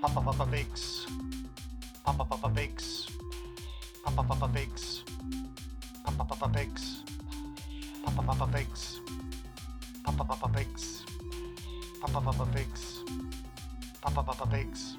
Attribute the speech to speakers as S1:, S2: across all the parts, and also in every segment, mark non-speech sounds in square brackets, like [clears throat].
S1: Papa Papa Bakes. Papa Papa Bakes. Papa Papa Bakes. Papa Papa Bakes. Papa Papa Bakes. Papa Papa Bakes. Papa Papa Bakes. Papa Papa Bakes.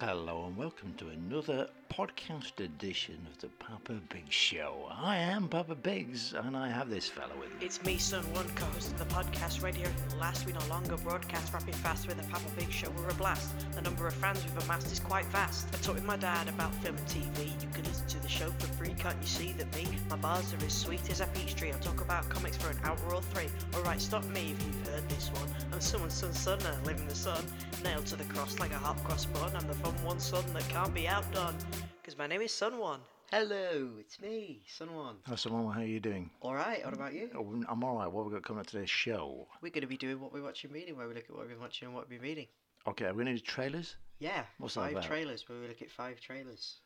S2: Hello and welcome to another podcast edition of the Papa Big Show. I am Papa Biggs and I have this fella with me.
S3: It's me, Son One, co host of the podcast right here at the last we no longer broadcast rapid fast with the Papa Big Show. We're a blast. The number of fans we've amassed is quite vast. I talk with my dad about film and TV. You can listen to the show for free, can't you see that me? My bars are as sweet as a peach tree. I talk about comics for an hour or three. Alright, stop me if you've heard this one. I'm someone's son's son and I live in the sun. Nailed to the cross like a hot cross bun. I'm the fun one son that can't be outdone. Because my name is Son One.
S4: Hello, it's me, Sun One.
S2: Hello, Simon, how are you doing?
S4: All right, what about you?
S2: Oh, I'm alright. What have we got coming up today's show?
S4: We're going to be doing what we're watching, reading, where we look at what we've been watching and what we've been reading.
S2: Okay, are we going to do trailers?
S4: Yeah,
S2: What's that
S4: five
S2: about?
S4: trailers, where we look at five trailers.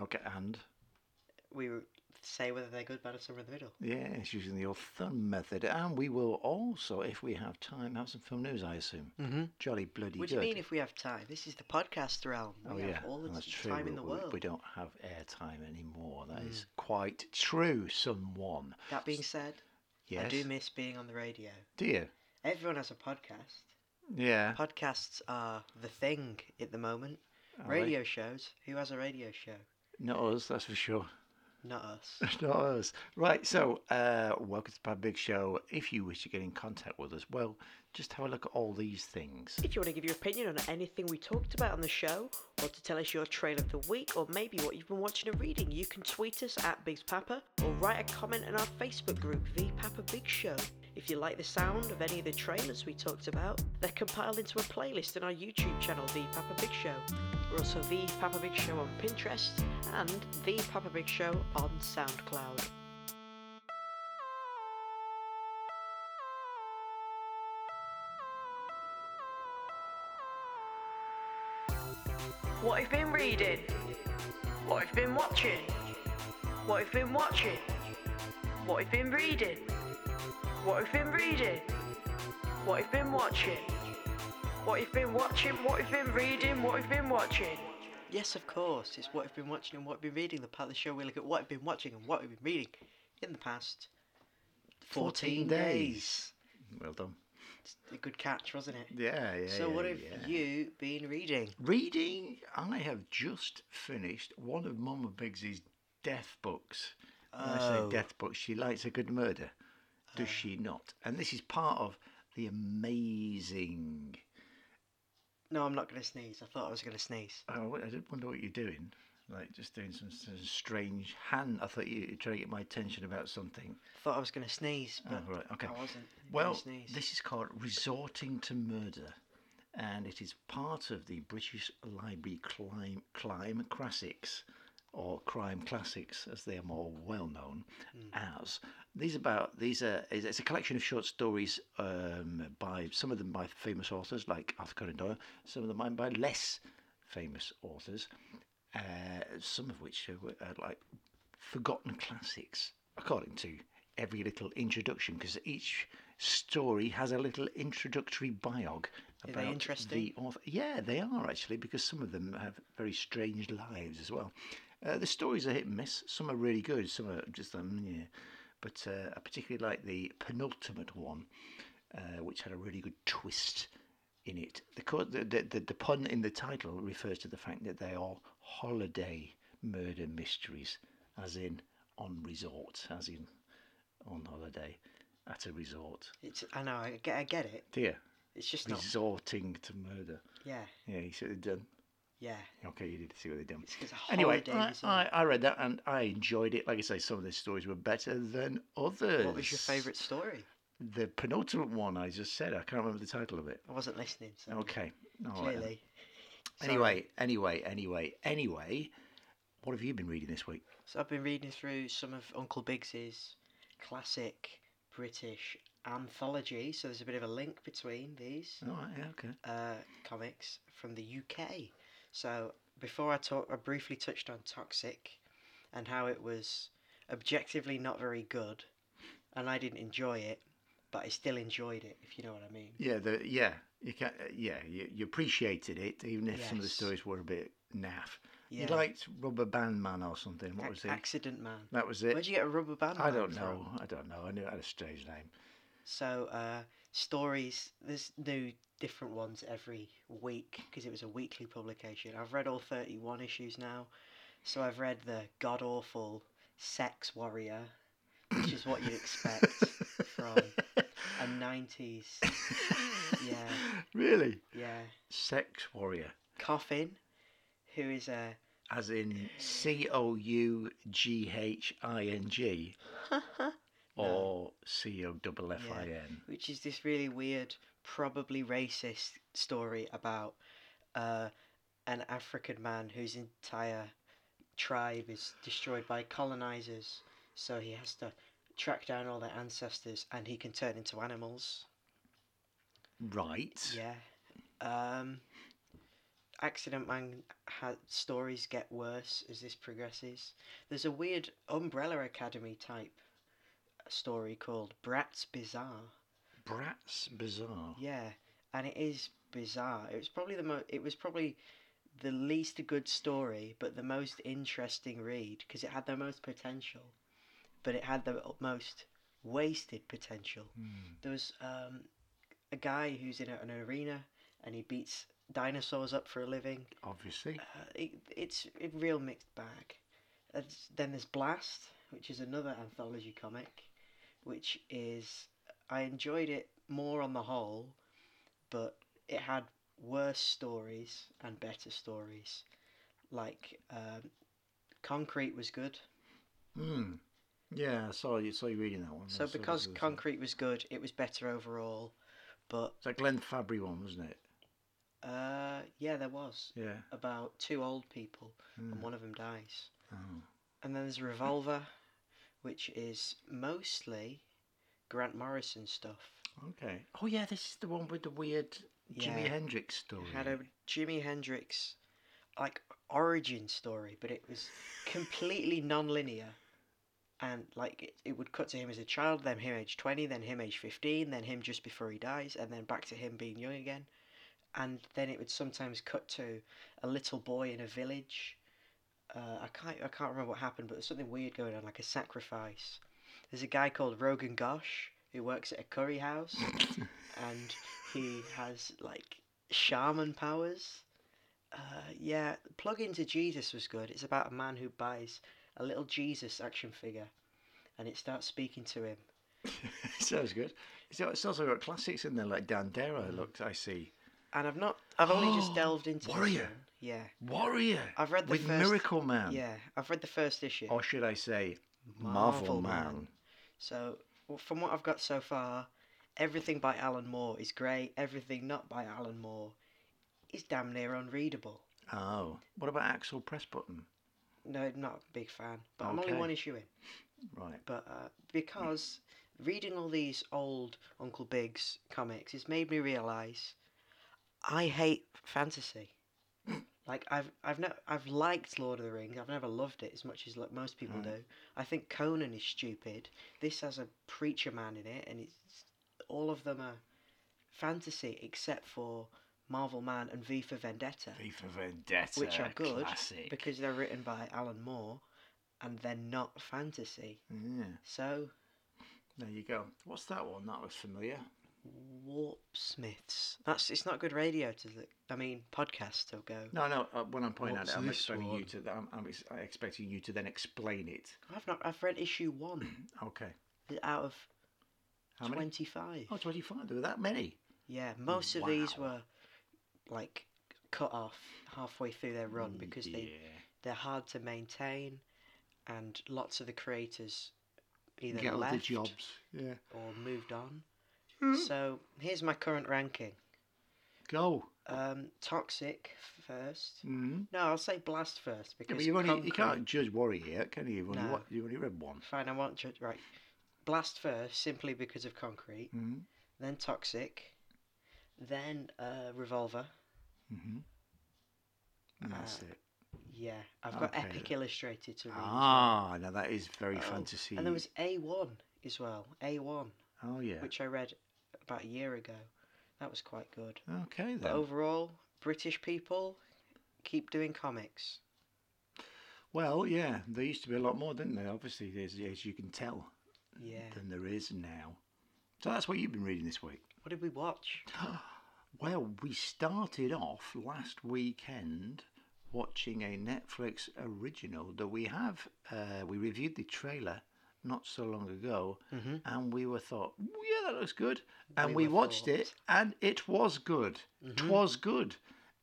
S2: Okay, and
S4: We r- say whether they're good, bad, or somewhere in the middle.
S2: yes, using the old thumb method. And we will also, if we have time, have some film news, I assume.
S4: Mm-hmm.
S2: Jolly bloody
S4: What do
S2: good.
S4: you mean if we have time? This is the podcast realm.
S2: Oh
S4: We
S2: yeah,
S4: have all the
S2: and that's
S4: t-
S2: true.
S4: time
S2: we,
S4: in the
S2: we-
S4: world. Mm.
S2: We don't have airtime anymore. That is quite true. Someone.
S4: That being said,
S2: Yes.
S4: I do miss being on the radio.
S2: Do you?
S4: Everyone has a podcast.
S2: Yeah.
S4: Podcasts are the thing at the moment.
S2: Are they?
S4: radio shows. Who has a radio show?
S2: Not us, that's for sure. [laughs]
S4: Not us.
S2: Not us. Right, so uh, welcome to the Big Show. If you wish to get in contact with us, well, just have a look at all these things.
S3: If you want to give your opinion on anything we talked about on the show, or to tell us your trail of the week, or maybe what you've been watching and reading, you can tweet us at Big Papa or write a comment in our Facebook group, The Papa Big Show. If you like the sound of any of the trailers we talked about, they're compiled into a playlist on our YouTube channel, The Papa Big Show. We're also The Papa Big Show on Pinterest and The Papa Big Show on SoundCloud. What I've been reading. What I've been watching. What I've been watching. What I've been reading. What I've been reading. What I've been watching. What I've been watching. What I've been reading. What I've been watching.
S4: Yes, of course. It's what I've been watching and what I've been reading. The part of the show we look at what I've been watching and what I've been reading in the past
S2: 14
S4: 14,
S2: days.
S4: days.
S2: Well done.
S4: It's a good catch, wasn't it?
S2: Yeah, yeah.
S4: so,
S2: yeah,
S4: what have
S2: yeah.
S4: you been reading?
S2: Reading, I have just finished one of Mama Biggsy's death books. When I say
S4: Oh. Ah.
S2: death books, she likes a good murder, does she not? And this is part of the amazing.
S4: No, I'm not going to sneeze. I thought I was going to sneeze.
S2: Oh, I did wonder what you're doing. Like just doing some, sort of strange hand. I thought you were trying to get my attention about something.
S4: I thought I was going to sneeze,
S2: Oh,
S4: but
S2: right, okay.
S4: I wasn't. I'm gonna
S2: Well,
S4: sneeze.
S2: this is called Resorting to Murder, and it is part of the British Library Crime, Crime Classics, or Crime Classics, as they are more well known as. These about these are it's it's a collection of short stories um, by some of them by famous authors like Arthur Conan Doyle, some of them by- by less famous authors, uh, some of which are, are like forgotten classics, according to every little introduction, because each story has a little introductory biog
S4: they
S2: about the
S4: interesting?
S2: author. Yeah, they are actually, because some of them have very strange lives as well. Uh, the stories are hit and miss. Some are really good. Some are just um, yeah. But uh, I particularly like the penultimate one, uh, which had a really good twist in it. The, co- the, the, the, the pun in the title refers to the fact that they are holiday murder mysteries, as in on resort, as in on holiday at a resort.
S4: It's, I know, I get, I get it.
S2: Dear,
S4: It's just not.
S2: resorting to murder.
S4: Yeah,
S2: Yeah, you see what they've done.
S4: yeah.
S2: Okay, you did see what they've done.
S4: It's 'cause a
S2: Anyway,
S4: holiday
S2: I,
S4: is on.
S2: I, I read that and I enjoyed it. Like I say, some of the stories were better than others.
S4: What was your favourite story?
S2: The penultimate one I just said. I can't remember the title of it.
S4: I wasn't listening, so
S2: Okay. all right then.
S4: clearly. [laughs] Sorry.
S2: Anyway, anyway, anyway, anyway, what have you been reading this week?
S4: So I've been reading through some of Uncle Biggs's classic British anthology. So there's a bit of a link between these
S2: All right, yeah, okay.
S4: uh, comics from the UK. So before I talk, I briefly touched on Toxic and how it was objectively not very good, and I didn't enjoy it. but I still enjoyed it, if you know what I mean.
S2: Yeah, the yeah, you can yeah, you, you appreciated it even if some of the
S4: Yes.
S2: stories were a bit naff.
S4: Yeah.
S2: You liked Rubber Band Man or something. What
S4: Ac-
S2: was it?
S4: Accident Man.
S2: That was it.
S4: Where'd you get a rubber band?
S2: I
S4: man
S2: don't
S4: from?
S2: know. I don't know. I knew it had a strange name.
S4: So uh, stories, there's new different ones every week because it was a weekly publication. I've read all 31 issues now, so I've read the god awful Sex Warrior, which is what you'd expect
S2: [laughs]
S4: from a 90s. Yeah.
S2: Really?
S4: Yeah,
S2: Sex Warrior.
S4: Coffin, who is a
S2: As in C O U G H I N
S4: [laughs]
S2: G or C O F F I N.
S4: which is this really weird, probably racist story about uh, an African man whose entire tribe is destroyed by colonizers. So he has to track down all their ancestors, and he can turn into animals.
S2: Right.
S4: Yeah. Um, Accident Man ha- stories get worse as this progresses. There's a weird Umbrella Academy type story called Bratz Bizarre.
S2: Bratz Bizarre.
S4: Yeah, and it is bizarre. It was probably the most. It was probably the least good story, but the most interesting read because it had the most potential, but it had the most wasted potential.
S2: Hmm.
S4: There was um, a guy who's in a, an arena and he beats dinosaurs up for a living.
S2: Obviously.
S4: Uh, it, it's a real mixed bag. That's- then there's Blast, which is another anthology comic, which is I enjoyed it more on the whole, but it had worse stories and better stories. Like um, Concrete was good.
S2: Hmm. Yeah, I saw you saw you reading that one. Mm, I
S4: So
S2: saw
S4: because
S2: there was a-
S4: Concrete was good, it was better overall. But
S2: It's that Glenn Fabry one, wasn't it?
S4: uh, yeah, there was
S2: Yeah.
S4: about two old people, and
S2: Hmm.
S4: one of them dies.
S2: Oh.
S4: And then there's Revolver, which is mostly Grant Morrison stuff.
S2: Okay. Oh yeah, this is the one with the weird Jimi
S4: Yeah.
S2: Hendrix
S4: It
S2: story.
S4: had a Jimi Hendrix like origin story, but it was completely non-linear. And like it, it would cut to him as a child, then him age 20, then him age 15, then him just before he dies, and then back to him being young again. And then it would sometimes cut to a little boy in a village. Uh, I can't I can't remember what happened, but there's something weird going on, like a sacrifice. There's a guy called Rogan Gosh who works at a curry house, and he has like shaman powers. Uh, yeah, plug into Jesus was good. It's about a man who buys a little Jesus action figure, and it starts speaking to him.
S2: [laughs] Sounds good. So it's also got classics in there like
S4: Mm.
S2: Dandera. Look, I see
S4: And I've not, I've only
S2: [gasps]
S4: just delved into this
S2: Warrior.
S4: one. Yeah,
S2: Warrior.
S4: I've read the
S2: with
S4: first-
S2: Miracle Man.
S4: yeah, I've read the first issue.
S2: Or should I say,
S4: Marvel
S2: Marvel
S4: Man.
S2: Man?
S4: So well, from what I've got so far, everything by Alan Moore is great. Everything not by Alan Moore is damn near unreadable.
S2: Oh, what about Axel Press Button?
S4: No, not a big fan. But I'm only
S2: Okay.
S4: one issue in.
S2: Right.
S4: but uh, because reading all these old Uncle Big's comics, it's made me realise I hate
S2: [laughs]
S4: fantasy. Like I've I've no, I've liked Lord of the Rings. I've never loved it as much as like most people
S2: Right.
S4: do. I think Conan is stupid. This has a preacher man in it, and it's all of them are fantasy except for Marvel Man and V for Vendetta
S2: V for Vendetta.
S4: Which are good,
S2: Classic.
S4: because they're written by Alan Moore, and they're not fantasy.
S2: Yeah.
S4: So
S2: There you go. What's that one? That was familiar.
S4: Warp Smiths. That's it's not good radio to the. I mean, podcast to go.
S2: No, no. Uh, when I'm pointing
S1: What's
S2: at it, I'm
S1: this
S2: expecting you
S1: one?
S2: to. I'm, I'm ex- expecting you to then explain it.
S4: I've not. I've read issue
S2: [clears throat]
S4: one
S2: Okay.
S4: out of
S2: How many?
S4: twenty-five.
S2: Oh, 25. There were that many.
S4: Yeah, most of these
S2: Wow.
S4: were like cut off halfway through their run because they they're hard to maintain, and lots of the creators either
S2: get all
S4: left
S2: the Hmm. jobs. Yeah.
S4: or moved on. So here's my current ranking.
S2: Go.
S4: Um, toxic first.
S2: Mm-hmm.
S4: No, I'll say blast first
S2: Yeah,
S4: because
S2: but you only you
S4: Concrete-
S2: can't judge Warrior yet, can you? You've only,
S4: No.
S2: wa- you only read one.
S4: Fine, I won't judge. Right. Blast first, simply because of concrete.
S2: Mm-hmm.
S4: Then toxic. Then uh, revolver.
S2: Mm-hmm. That's
S4: Uh,
S2: it.
S4: Yeah, I've got
S2: Okay.
S4: Epic Illustrated to read. as well.
S2: Ah, now that is very
S4: Oh,
S2: fantasy.
S4: And there was A1 as well. A1.
S2: Oh yeah.
S4: which I read about a year ago. That was quite good.
S2: okay
S4: But
S2: then.
S4: overall, British people keep doing comics.
S2: Well, yeah, there used to be a lot more, didn't there? Obviously, as, as you can tell,
S4: Yeah.
S2: than there is now. So that's what you've been reading this week.
S4: What did we watch?
S2: Well, we started off last weekend watching a Netflix original that we have. Uh, we reviewed the trailer not so long ago, and we were thought, yeah, that looks good. And we,
S4: Mm-hmm. We were
S2: watched
S4: thought. Mm-hmm.
S2: it, and it was good. Twas good.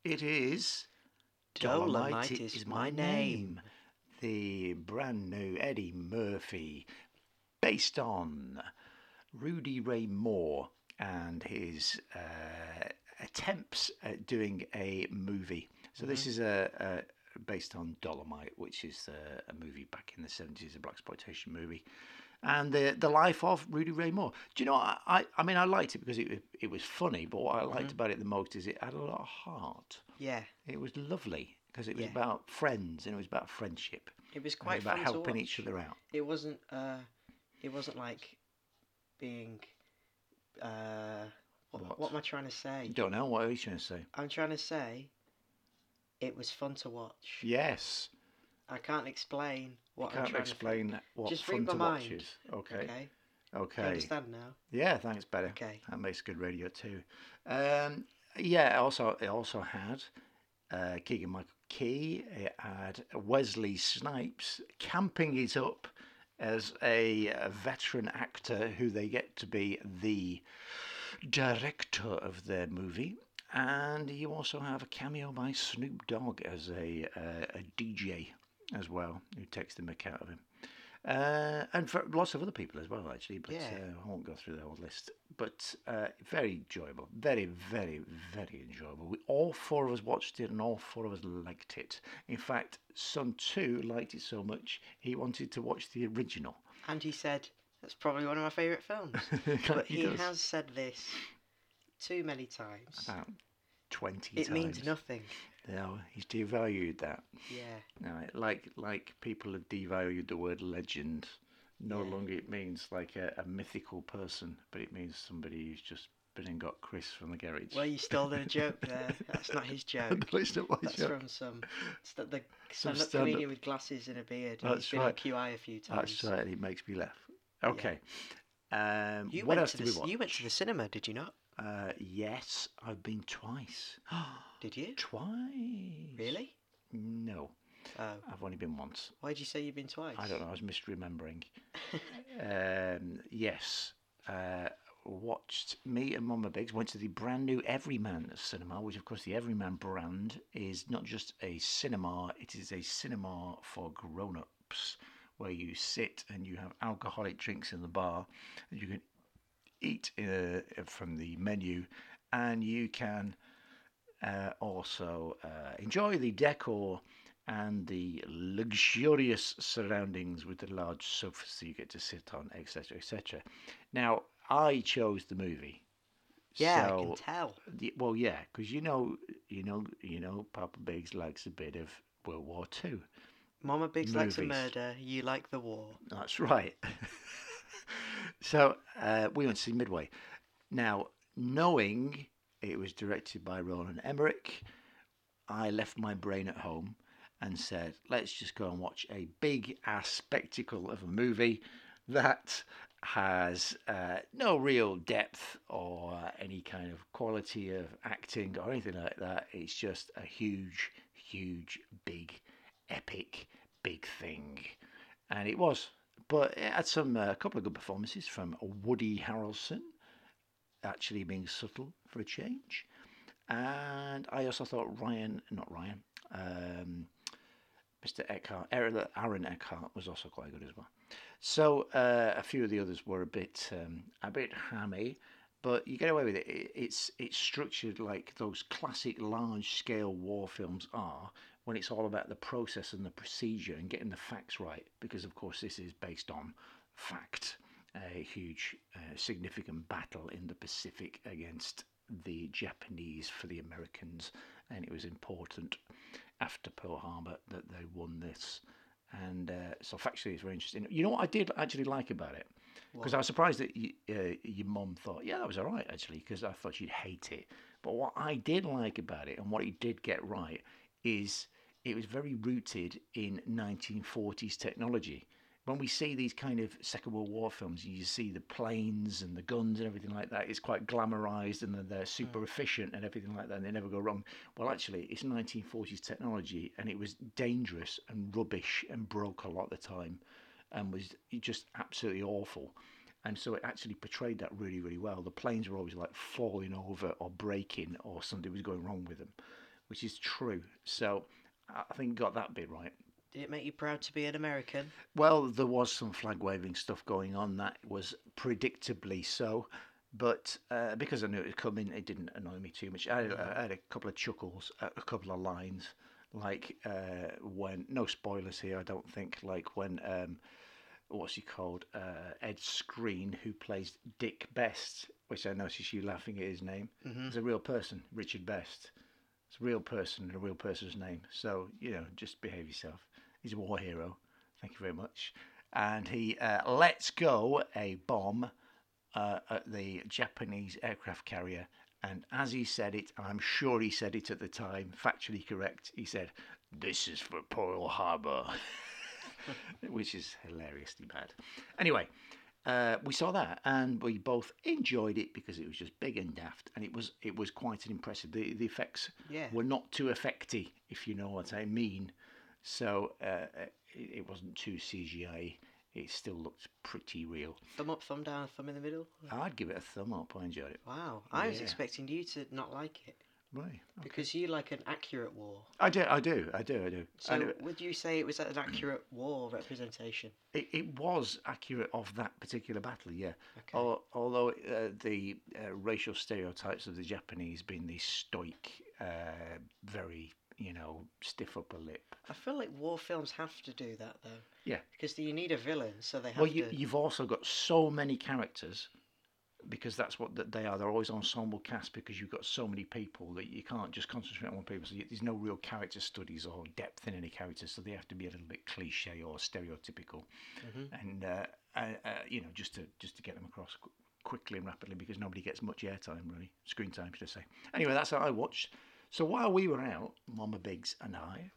S2: It is.
S4: Dolomite
S2: Dolomite
S4: is my name.
S2: The brand new Eddie Murphy, based on Rudy Ray Moore and his uh, attempts at doing a movie. So this
S4: Mm-hmm.
S2: is a, a based on Dolomite, which is a, a movie back in the seventies, a black exploitation movie, and the the life of Rudy Ray Moore. Do you know? I I, I mean, I liked it because it it was funny, but what I liked
S4: Mm-hmm.
S2: about it the most is it had a lot of heart.
S4: Yeah.
S2: It was lovely because it was
S4: Yeah.
S2: about friends and it was about friendship.
S4: It was
S2: and
S4: quite
S2: about
S4: fun
S2: helping
S4: to watch.
S2: each other out.
S4: It wasn't. Uh, it wasn't like being. Uh, what,
S2: What?
S4: what? am I trying to say?
S2: You don't know what are you trying to say?
S4: I'm trying to say, it was fun to watch.
S2: Yes,
S4: I can't explain what
S2: can't
S4: I'm trying
S2: explain what
S4: Just
S2: fun
S4: read
S2: to
S4: my
S2: watch
S4: mind,
S2: is.
S4: to think.
S2: Okay,
S4: Okay.
S2: okay.
S4: I understand now.
S2: Yeah, thanks, better.
S4: Okay.
S2: that makes good radio too. Um, yeah, it also it also had uh, Keegan Michael Key. It had Wesley Snipes camping it up as a, a veteran actor who they get to be the director of their movie. And you also have a cameo by Snoop Dogg as a, uh, a DJ as well, who takes the mick out of him. Uh, and for lots of other people as well, actually, but
S4: Yeah.
S2: uh, I won't go through the whole list. But uh, very enjoyable, very, very, very enjoyable. We, all four of us watched it and all four of us liked it. In fact, Son 2 liked it so much he wanted to watch the original.
S4: [laughs] And he said, "That's probably one of my favourite films."
S2: [laughs]
S4: but he,
S2: does.
S4: has said this too many times.
S2: about 20
S4: it
S2: times.
S4: means nothing.
S2: No, he's devalued that.
S4: Yeah.
S2: No, like like people have devalued the word legend. No
S4: Yeah.
S2: longer it means like a, a mythical person, but it means somebody who's just been and got Chris from the garage. [laughs]
S4: Well, you stole a joke there. That's not his joke.
S2: No, it's not my
S4: That's
S2: joke.
S4: from some st- the
S2: Some
S4: stand-up
S2: stand-up.
S4: comedian with glasses and a beard. and
S2: That's
S4: he's been
S2: right.
S4: on QI a few times.
S2: That's right. It makes me laugh. Okay. Um,
S4: You
S2: what
S4: went
S2: else
S4: to
S2: did
S4: the
S2: we
S4: c-
S2: watch?
S4: you went to the cinema, did you not?
S2: Uh, yes, I've been
S4: [gasps]
S2: twice.
S4: Did you?
S2: twice.
S4: Really?
S2: No,
S4: Oh,
S2: I've only been once.
S4: why'd you say you've been twice?
S2: I don't know. I was misremembering. um, yes, uh, watched me and Mama Biggs went to the brand new Everyman cinema, which of course the Everyman brand is not just a cinema; it is a cinema for grown-ups, where you sit and you have alcoholic drinks in the bar, and you can eat uh, from the menu, and you can uh, also uh, enjoy the decor and the luxurious surroundings with the large sofas that you get to sit on, etc., etc. Now, I chose the movie.
S4: Yeah, I
S2: so,
S4: can tell.
S2: the- well, yeah, because you know, you know, you know, Papa Biggs likes a bit of World War Two.
S4: Mama Biggs likes a
S2: movies.
S4: murder. You like the war.
S2: That's right. [laughs] so uh, we went to see Midway. Now, knowing it was directed by Roland Emmerich, I left my brain at home and said, let's just go and watch a big ass spectacle of a movie that has uh, no real depth or any kind of quality of acting or anything like that. It's just a huge, huge, big, epic, big thing and it was. But it had some uh, a couple of good performances from Woody Harrelson, actually being subtle for a change, and I also thought Ryan, not Ryan, um, Mr. Eckhart, Aaron Aaron Eckhart was also quite good as well. So uh, a few of the others were a bit um, a bit hammy, but you get away with it. it. It's it's structured like those classic large scale war films are, when it's all about the process and the procedure and getting the facts right, because of course this is based on fact. A huge, uh, significant battle in the Pacific against the Japanese for the Americans, and it was important after Pearl Harbor that they won this. And uh, so factually, it's very interesting. You know what I did actually like about it? Because I was surprised that you, uh, your mum thought, yeah, that was all right, actually, because I thought she'd hate it. But what I did like about it and what it did get right is it was very rooted in 1940s technology. When we see these kind of Second World War films, you see the planes and the guns and everything like that. It's quite glamorized and then they're super efficient and everything like that, and they never go wrong. Well, actually, it's 1940s technology and it was dangerous and rubbish and broke a lot of the time and was just absolutely awful. And so it actually portrayed that really, really well. The planes were always like falling over or breaking or something was going wrong with them, which is true. So I I think got that bit right.
S4: Did it make you proud to be an American?
S2: Well, there was some flag waving stuff going on that was predictably so, but uh, because I knew it was coming, it didn't annoy me too much. I had, I had a couple of chuckles at a couple of lines, like uh, when no spoilers here, I don't think. Like when um, what's he called? Uh, Ed Screen, who plays Dick Best, which I noticed you laughing at his name.
S4: Mm-hmm.
S2: It's a real person, Richard Best. It's a real person and a real person's name. So, you know, just behave yourself. He's a war hero. Thank you very much. And he uh, lets go a bomb uh, at the Japanese aircraft carrier. And as he said it, I'm sure he said it at the time, factually correct, he said, This is for Pearl Harbor, [laughs] which is hilariously bad. Anyway, uh, we saw that and we both enjoyed it because it was just big and daft and it was it was quite an impressive the, the effects
S4: Yeah.
S2: were not too effecty if you know what i mean so uh, it, it wasn't too cgi it still looked pretty real
S4: Thumb up, thumb down, thumb in the middle.
S2: i'd give it a thumb up i enjoyed it
S4: Wow, I was
S2: Uh, Yeah.
S4: expecting you to not like it
S2: right
S4: because you like an accurate war.
S2: i do i do i do i do
S4: So
S2: I do.
S4: would you say it was an accurate war representation?
S2: It, it was accurate of that particular battle, yeah.
S4: Okay.
S2: Al- although uh, the uh, racial stereotypes of the Japanese being the stoic, uh, very, you know, stiff upper lip.
S4: I feel like war films have to do that though.
S2: Yeah.
S4: Because you need a villain, so they have
S2: Well, you,
S4: to.
S2: you've also got so many characters because that's what th- they are. They're always ensemble cast because you've got so many people that you can't just concentrate on one people. So you, there's no real character studies or depth in any character, so they have to be a little bit cliche or stereotypical, and uh, uh, uh, you know just to just to get them across qu- quickly and rapidly because nobody gets much airtime really, screen time should I say. Anyway, that's how I watched. So while we were out, Mama Biggs and I,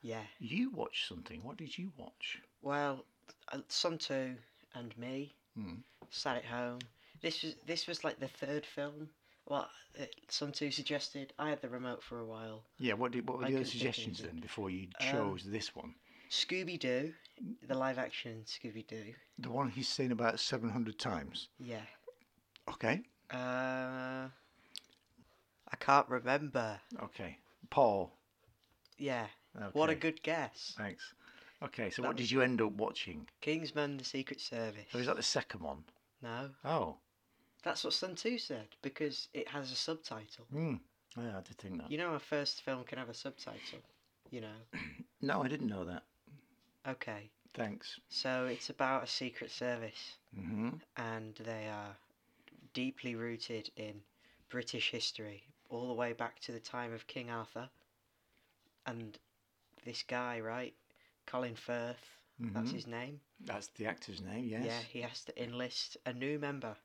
S4: Yeah.
S2: you watched something. What did you watch?
S4: Well, uh, Sun Two and me
S2: Mm.
S4: sat at home. This was this was like the third film. Well, uh, Sun Two suggested. I had the remote for a while.
S2: Yeah, what did what were
S4: I
S2: the other
S4: couldn't think of
S2: suggestions
S4: anything.
S2: then before you
S4: Um,
S2: chose this one?
S4: Scooby Doo, the live action Scooby Doo.
S2: The one he's seen about seven hundred times.
S4: Yeah.
S2: Okay.
S4: Uh, I can't remember.
S2: Okay. Paul.
S4: Yeah.
S2: Okay.
S4: What a good guess.
S2: Thanks. Okay, so
S4: That
S2: what
S4: was-
S2: did you end up watching?
S4: Kingsman: The Secret Service.
S2: So is that the second one?
S4: No,
S2: Oh.
S4: that's what Sun Two said because it has a subtitle.
S2: Hmm. Yeah, I did think that.
S4: You know, our first film can have a subtitle. You know.
S2: No, I didn't know that.
S4: Okay.
S2: Thanks.
S4: So it's about a secret service,
S2: Mm-hmm.
S4: and they are deeply rooted in British history, all the way back to the time of King Arthur. And this guy, right, Colin Firth, that's
S2: Mhm.
S4: his name.
S2: That's the actor's name, yes.
S4: Yeah, he has to enlist a new member.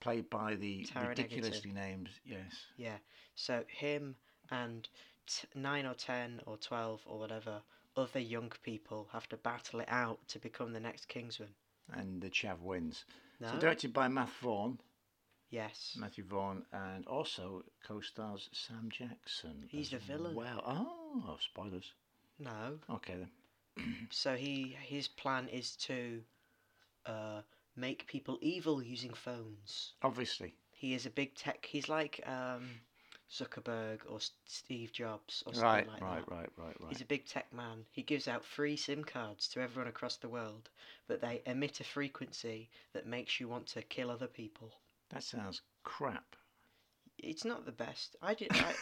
S2: Played by the
S4: Taron Egerton.
S2: ridiculously named, yes.
S4: Yeah. So him and t- nine or ten or twelve or whatever other young people have to battle it out to become the next Kingsman.
S2: And the Chav wins.
S4: No.
S2: So directed by Matt Vaughan,
S4: yes.
S2: Matthew Vaughan, and also co-stars Sam Jackson.
S4: He's
S2: as
S4: the villain.
S2: Wow. Oh, spoilers.
S4: No.
S2: Okay then.
S4: So he his plan is to uh, make people evil using phones.
S2: Obviously.
S4: He is a big tech. He's like um, Zuckerberg or S- Steve Jobs or something
S2: Right,
S4: like
S2: right,
S4: that.
S2: right, right, right.
S4: He's a big tech man. He gives out free SIM cards to everyone across the world, but they emit a frequency that makes you want to kill other people.
S2: That sounds crap.
S4: It's not the best. I did. I,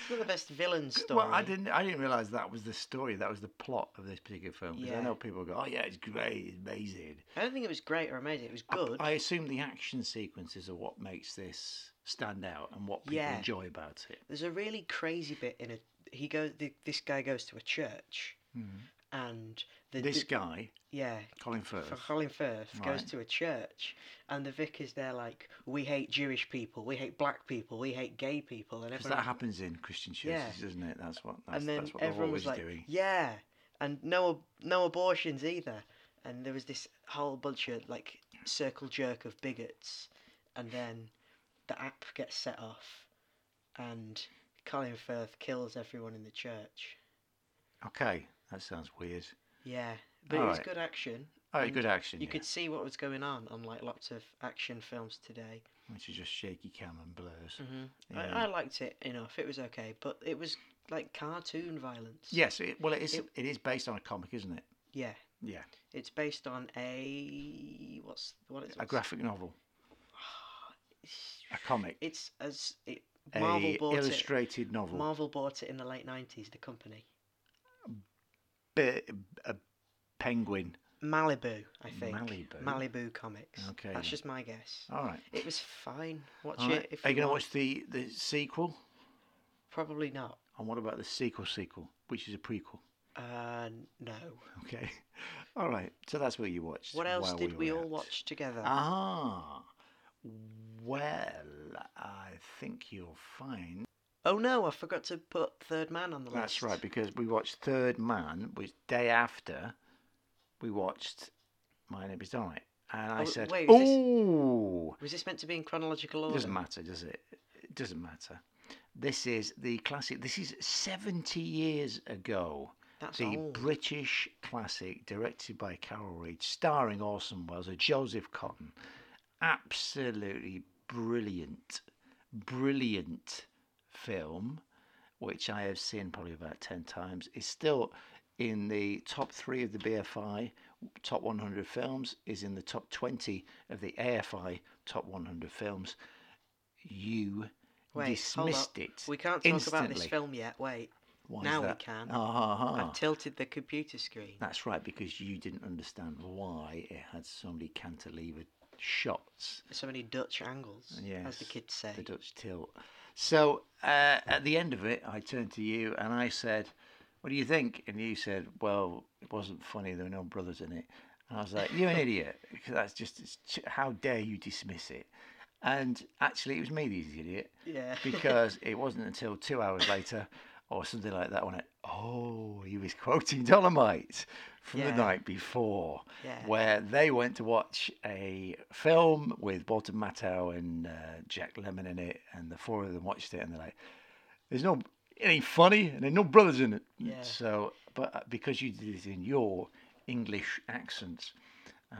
S4: it's not the best villain story.
S2: [laughs] Well, I didn't. I didn't realize that was the story. That was the plot of this particular film. 'cause
S4: Yeah.
S2: I know people go, "Oh yeah, it's great, it's amazing."
S4: I don't think it was great or amazing. It was
S2: I-
S4: good.
S2: I, assume the action sequences are what makes this stand out and what people
S4: Yeah.
S2: enjoy about it.
S4: There's a really crazy bit in a. He goes. The, this guy goes to a church, and the
S2: This
S4: the-
S2: guy,
S4: yeah
S2: Colin
S4: for
S2: Firth.
S4: Colin Firth goes
S2: Right.
S4: to a church, and the vicar's there like, we hate Jewish people, we hate black people, we hate gay people, and
S2: Because
S4: everyone,
S2: that happens in Christian churches, doesn't it? That's what that's,
S4: and then
S2: that's what they're
S4: everyone
S2: always
S4: was like,
S2: doing.
S4: yeah, and no ab- no abortions either, and there was this whole bunch of like circle jerk of bigots, and then the app gets set off, and Colin Firth kills everyone in the church.
S2: Okay, that sounds weird.
S4: Yeah, but it was
S2: Alright.
S4: good action.
S2: Oh,
S4: and
S2: good action.
S4: You
S2: yeah.
S4: could see what was going on on like lots of action films today.
S2: which is just shaky cam and blurs.
S4: hmm
S2: Yeah.
S4: I, I liked it enough. It was okay, but it was like cartoon violence.
S2: Yes, it, well, it is.
S4: It-
S2: it is based on a comic, isn't it?
S4: Yeah.
S2: Yeah,
S4: It's based on a what's what is
S2: a graphic novel, a comic,
S4: [sighs] It's as it Marvel
S2: a
S4: bought
S2: illustrated
S4: it.
S2: novel,
S4: Marvel bought it in the late nineties. The company
S2: Be- a penguin.
S4: Malibu, I think.
S2: Malibu?
S4: Malibu Comics.
S2: Okay
S4: That's
S2: then.
S4: just my guess.
S2: All right.
S4: It was fine. Watch
S2: All
S4: it
S2: right.
S4: if
S2: Are you going to
S4: want.
S2: watch the the sequel?
S4: Probably not.
S2: And what about the sequel sequel, which is a prequel? [laughs]
S4: Uh, no.
S2: Okay. All right. So that's what you watched.
S4: What else
S2: while
S4: did we,
S2: were
S4: all
S2: out.
S4: watch together?
S2: Ah. Well, I think you'll find.
S4: oh no, I forgot to put Third Man on the list.
S2: That's right, because we watched Third Man, which day after we watched My Neighbour's Dynamite. And I
S4: Oh,
S2: said,
S4: wait, is this- Oh.
S2: Ooh!
S4: Was this meant to be in chronological
S2: It
S4: order?
S2: doesn't matter, does it? It doesn't matter. This is the classic. This is 70 years ago.
S4: That's
S2: the
S4: old.
S2: British classic directed by Carol Reed, starring Orson Welles and Joseph Cotton. Absolutely brilliant, brilliant film, which I have seen probably about 10 times. It's still in the top three of the BFI top 100 films, is in the top 20 of the AFI top 100 films. You
S4: Wait,
S2: dismissed
S4: hold up.
S2: it.
S4: We can't talk
S2: instantly.
S4: about this film yet. Wait,
S2: Why is
S4: now we
S2: that?
S4: can.
S2: Ah,
S4: I've tilted the computer screen.
S2: that's right, because you didn't understand why it had so many cantilever shots,
S4: So many Dutch angles, as the
S2: Yes,
S4: kids say.
S2: the Dutch tilt. So uh, at the end of it, I turned to you and I said, What do you think? And you said, Well, it wasn't funny, there were no brothers in it. And I was like, You're an idiot. Because that's just, it's, how dare you dismiss it? And actually, it was me, the idiot
S4: yeah.
S2: because it wasn't until two hours later or something like that when it, oh, he was quoting Dolomite from
S4: Yeah.
S2: the night before,
S4: Yeah.
S2: where they went to watch a film with Walter Matthau and uh, Jack Lemon in it, and the four of them watched it, and they're like, there's no, it ain't funny, and there's no brothers in it.
S4: Yeah.
S2: So, but uh, because you did it in your English accent,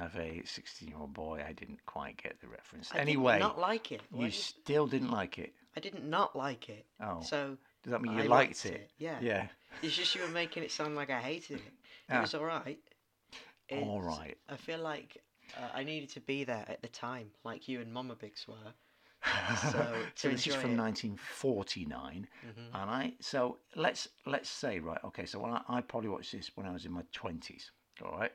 S2: of a 16 year old boy, I didn't quite get the reference.
S4: I did
S2: anyway,
S4: not like it. Why
S2: you
S4: did-
S2: still didn't like it.
S4: I didn't not like it.
S2: Oh.
S4: So
S2: Does that mean you
S4: I
S2: liked,
S4: liked
S2: it?
S4: it, yeah.
S2: Yeah.
S4: it's just you were making it sound like I hated it. It
S2: Ah.
S4: was all right. It's-
S2: All right.
S4: I feel like uh, I needed to be there at the time, like you and Mama Biggs were. [laughs]
S2: [laughs]
S4: So, to
S2: this is
S4: enjoy
S2: from
S4: it. Mm-hmm.
S2: 1949, and I so let's let's say right, okay. So when I, I probably watched this when I was in my 20s. All right.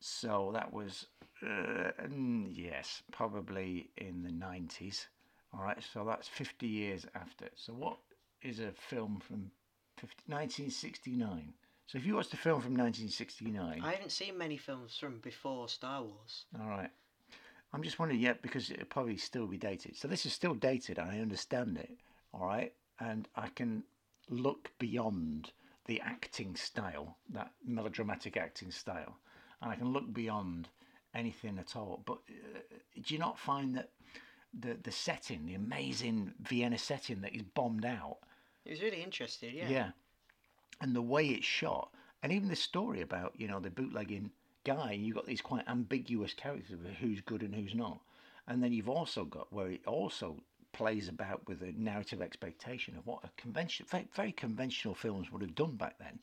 S2: So that was uh, mm, yes, probably in the 90s. All right. So that's 50 years after. So what is a film from 50, 1969? So if you watched the film from 1969,
S4: I haven't seen many films from before Star Wars.
S2: All right. I'm just wondering, yeah, because it'll probably still be dated. So this is still dated, and I understand it, all right? And I can look beyond the acting style, that melodramatic acting style, and I can look beyond anything at all. But uh, do you not find that the, the setting, the amazing Vienna setting that is bombed out,
S4: It was really interesting.
S2: yeah. And the way it's shot, and even the story about, you know, the bootlegging guy, and you've got these quite ambiguous characters of who's good and who's not. And then you've also got where it also plays about with the narrative expectation of what a convention, very, very conventional films would have done back then.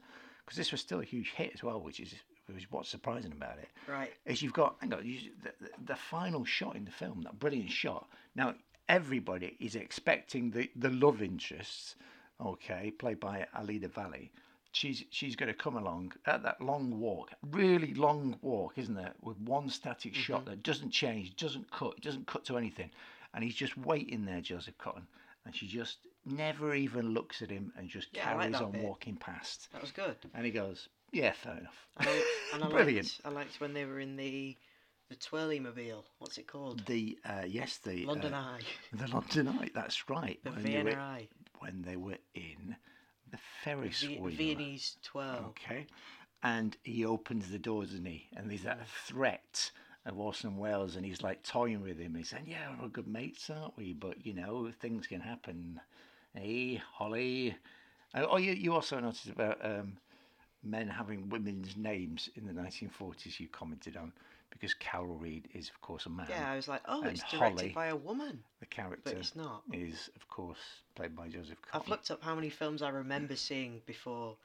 S2: Because this was still a huge hit as well, which is, which is what's surprising about it
S4: Right.
S2: is you've got hang on, you, the, the- the final shot in the film, that brilliant shot. Now everybody is expecting the, the love interests, okay, played by Alida Valley. She's she's going to come along at that long walk, really long walk, isn't it? With one static shot
S4: Mm-hmm.
S2: that doesn't change, doesn't cut, doesn't cut to anything, and he's just waiting there, Joseph Cotton, and she just never even looks at him and just
S4: Yeah, I like
S2: carries
S4: that
S2: on
S4: bit.
S2: walking past. [laughs]
S4: That was good.
S2: And he goes, Yeah, fair enough.
S4: And I,
S2: [laughs]
S4: and I
S2: Brilliant.
S4: Liked, I liked when they were in the the Twirly Mobile. What's it called?
S2: The uh, yes, the
S4: London
S2: uh,
S4: Eye.
S2: the London Eye. That's right.
S4: The
S2: they
S4: Vienna
S2: were,
S4: Eye.
S2: when they were in the Ferris
S4: Vi-
S2: wheel.
S4: Viennese twirl.
S2: Okay. And he opens the door, doesn't he? And there's that threat of Orson Welles, and he's like toying with him. He's saying, Yeah, we're good mates, aren't we? But, you know, things can happen. Hey, Holly. Uh, Oh, you, you also noticed about um, men having women's names in the 1940s, you commented on, because Carol Reed is, of course, a man.
S4: Yeah, I was like, oh,
S2: And
S4: it's directed
S2: Holly.
S4: by a woman,
S2: The character
S4: but it's not.
S2: is, of course, played by Joseph Cotton.
S4: I've looked up how many films I remember seeing before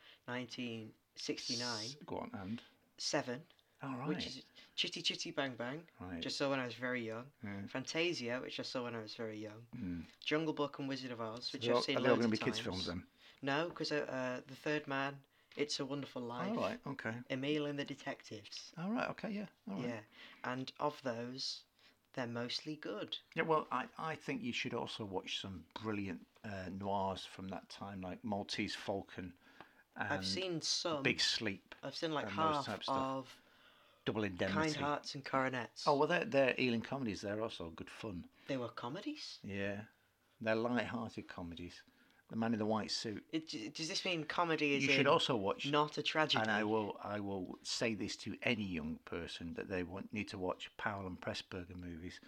S4: 1969.
S2: S- Go on, and.
S4: Seven,
S2: All right.
S4: which is Chitty Chitty Bang Bang,
S2: right.
S4: which I saw when I was very young.
S2: Yeah.
S4: Fantasia, which I saw when I was very young.
S2: Mm.
S4: Jungle Book and Wizard of Oz, which
S2: They're all-
S4: I've seen
S2: Are they all
S4: loads
S2: going to
S4: of
S2: be kids' films
S4: times.
S2: then?
S4: No, because uh, uh, The Third Man, It's a Wonderful Life,
S2: All right. Okay.
S4: Emile and the Detectives.
S2: All right. Okay. Yeah. All right.
S4: Yeah, and of those, they're mostly good.
S2: Yeah, well, I, I think you should also watch some brilliant uh, noirs from that time, like Maltese Falcon. And
S4: I've seen some.
S2: Big Sleep,
S4: I've seen like
S2: and those
S4: half
S2: type of stuff.
S4: of
S2: Double
S4: Kind
S2: Indemnity.
S4: Hearts and Coronets.
S2: Oh well, they're they're Ealing comedies. They're also good fun.
S4: they were comedies.
S2: Yeah, they're light-hearted comedies. The Man in the White Suit.
S4: It, d- does this mean comedy is
S2: you should also watch.
S4: not a tragedy?
S2: And I will I will say this to any young person that they want need to watch Powell and Pressburger movies.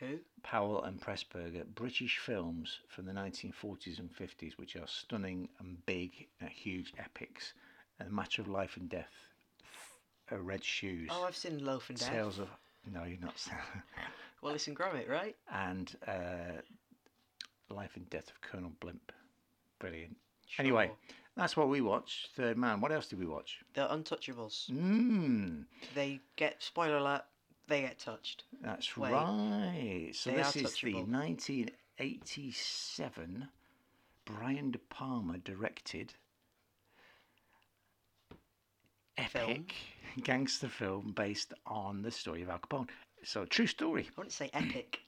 S4: Who?
S2: Powell and Pressburger, British films from the 1940s and 50s, which are stunning and big, and huge epics. A Matter of Life and Death, uh, Red Shoes,
S4: Oh, I've seen Loaf and Death.
S2: Tales of. No, you're not. [laughs]
S4: Wallace and Gromit, right?
S2: and uh, Life and Death of Colonel Blimp. Brilliant. Anyway,
S4: Sure.
S2: that's what we watched. Third Man. What else did we watch?
S4: the Untouchables.
S2: Mmm.
S4: They get spoiler alert. They get touched.
S2: That's
S4: Wait.
S2: right. So
S4: They
S2: this
S4: are
S2: is the
S4: touchable.
S2: 1987 Brian De Palma directed epic gangster film based on the story of Al Capone. So true story.
S4: I wouldn't say epic.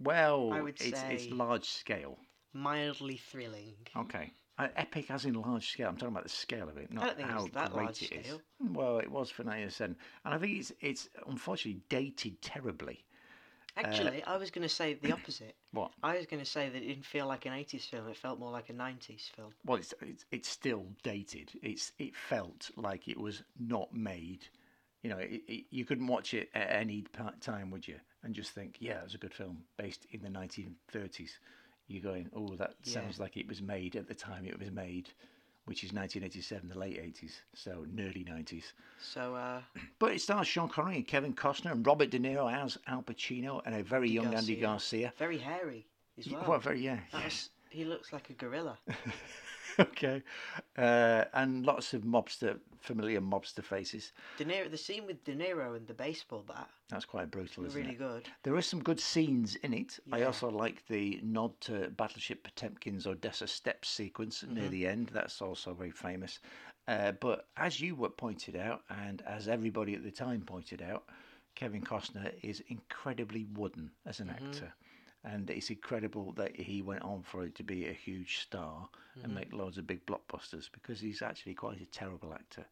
S2: Well,
S4: would
S2: it's, it's
S4: say-
S2: large scale.
S4: Mildly thrilling.
S2: Okay. Uh, epic as in large scale. I'm talking about the scale of it, not
S4: don't think it
S2: how
S4: was that
S2: great
S4: large
S2: it is.
S4: scale.
S2: Well, it was for 1987. And I think it's it's unfortunately dated terribly.
S4: Actually, I was going to say the opposite.
S2: What?
S4: I was going to say that it didn't feel like an 80s film. It felt more like a 90s film.
S2: well it's, it's it's still dated it's it felt like it was not made you know it, it, you couldn't watch it at any part time would you and just think yeah it was a good film based in the 1930s you're going oh that
S4: Yeah.
S2: sounds like it was made at the time it was made which is 1987 the late 80s so early 90s
S4: So, uh,
S2: but it stars Sean Connery and Kevin Costner and Robert De Niro as Al Pacino and a very
S4: Andy
S2: young Andy
S4: Garcia.
S2: Garcia
S4: very hairy as well.
S2: Y- well very yeah
S4: That was- he looks like a gorilla.
S2: [laughs] okay uh, and lots of mobster familiar mobster faces
S4: De Niro, the scene with De Niro and the baseball bat,
S2: That's quite brutal,
S4: was
S2: isn't
S4: really
S2: it?
S4: good.
S2: There are some good scenes in it. I
S4: Yeah.
S2: also like the nod to Battleship Potemkin's Odessa steps sequence near the end. That's also very famous. Uh, but as you were pointed out, and as everybody at the time pointed out, Kevin Costner is incredibly wooden as an actor. And it's incredible that he went on for it to be a huge star and make loads of big blockbusters because he's actually quite a terrible actor.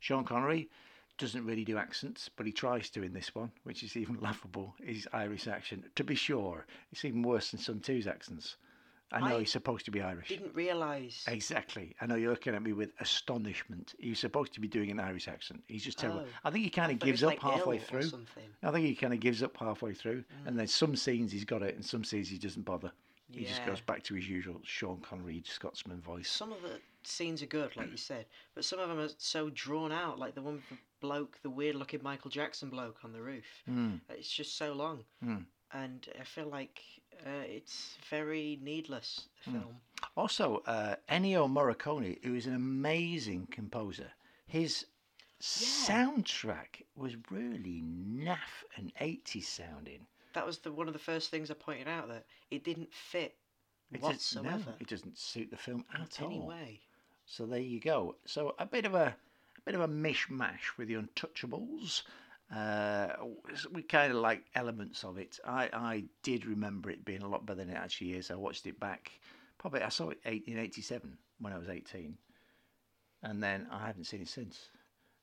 S2: Sean Connery doesn't really do accents, but he tries to in this one, which is even [laughs] laughable. His Irish accent, to be sure, it's even worse than Sun Tzu's accents. I know
S4: I
S2: he's supposed to be Irish.
S4: Didn't realise.
S2: Exactly. I know you're looking at me with astonishment. He's supposed to be doing an Irish accent. He's just terrible.
S4: Oh.
S2: I think he kind of
S4: but it was
S2: gives up
S4: like
S2: halfway
S4: ill or
S2: through.
S4: something. Mm.
S2: I think he kind of gives up halfway through, and then some scenes he's got it, and some scenes he doesn't bother. He just
S4: Yeah.
S2: goes back to his usual Sean Connery Scotsman voice.
S4: Some of the scenes are good, like you said, but some of them are so drawn out, like the one with the bloke, the weird looking Michael Jackson bloke on the roof.
S2: Mm.
S4: It's just so long.
S2: Mm.
S4: And I feel like uh, it's very needless, the
S2: Hmm.
S4: film.
S2: Also, uh, Ennio Morricone, who is an amazing composer, his soundtrack was really naff and 80s sounding.
S4: That was the one of the first things I pointed out that it didn't fit
S2: does- no,
S4: whatsoever.
S2: it doesn't suit the film at all.
S4: anyway.
S2: So there you go. So a bit of a, a bit of a mishmash with the Untouchables. Uh, we kind of like elements of it. I, I did remember it being a lot better than it actually is. I watched it back. Probably I saw it eight, in '87 when I was 18, and then I haven't seen it since.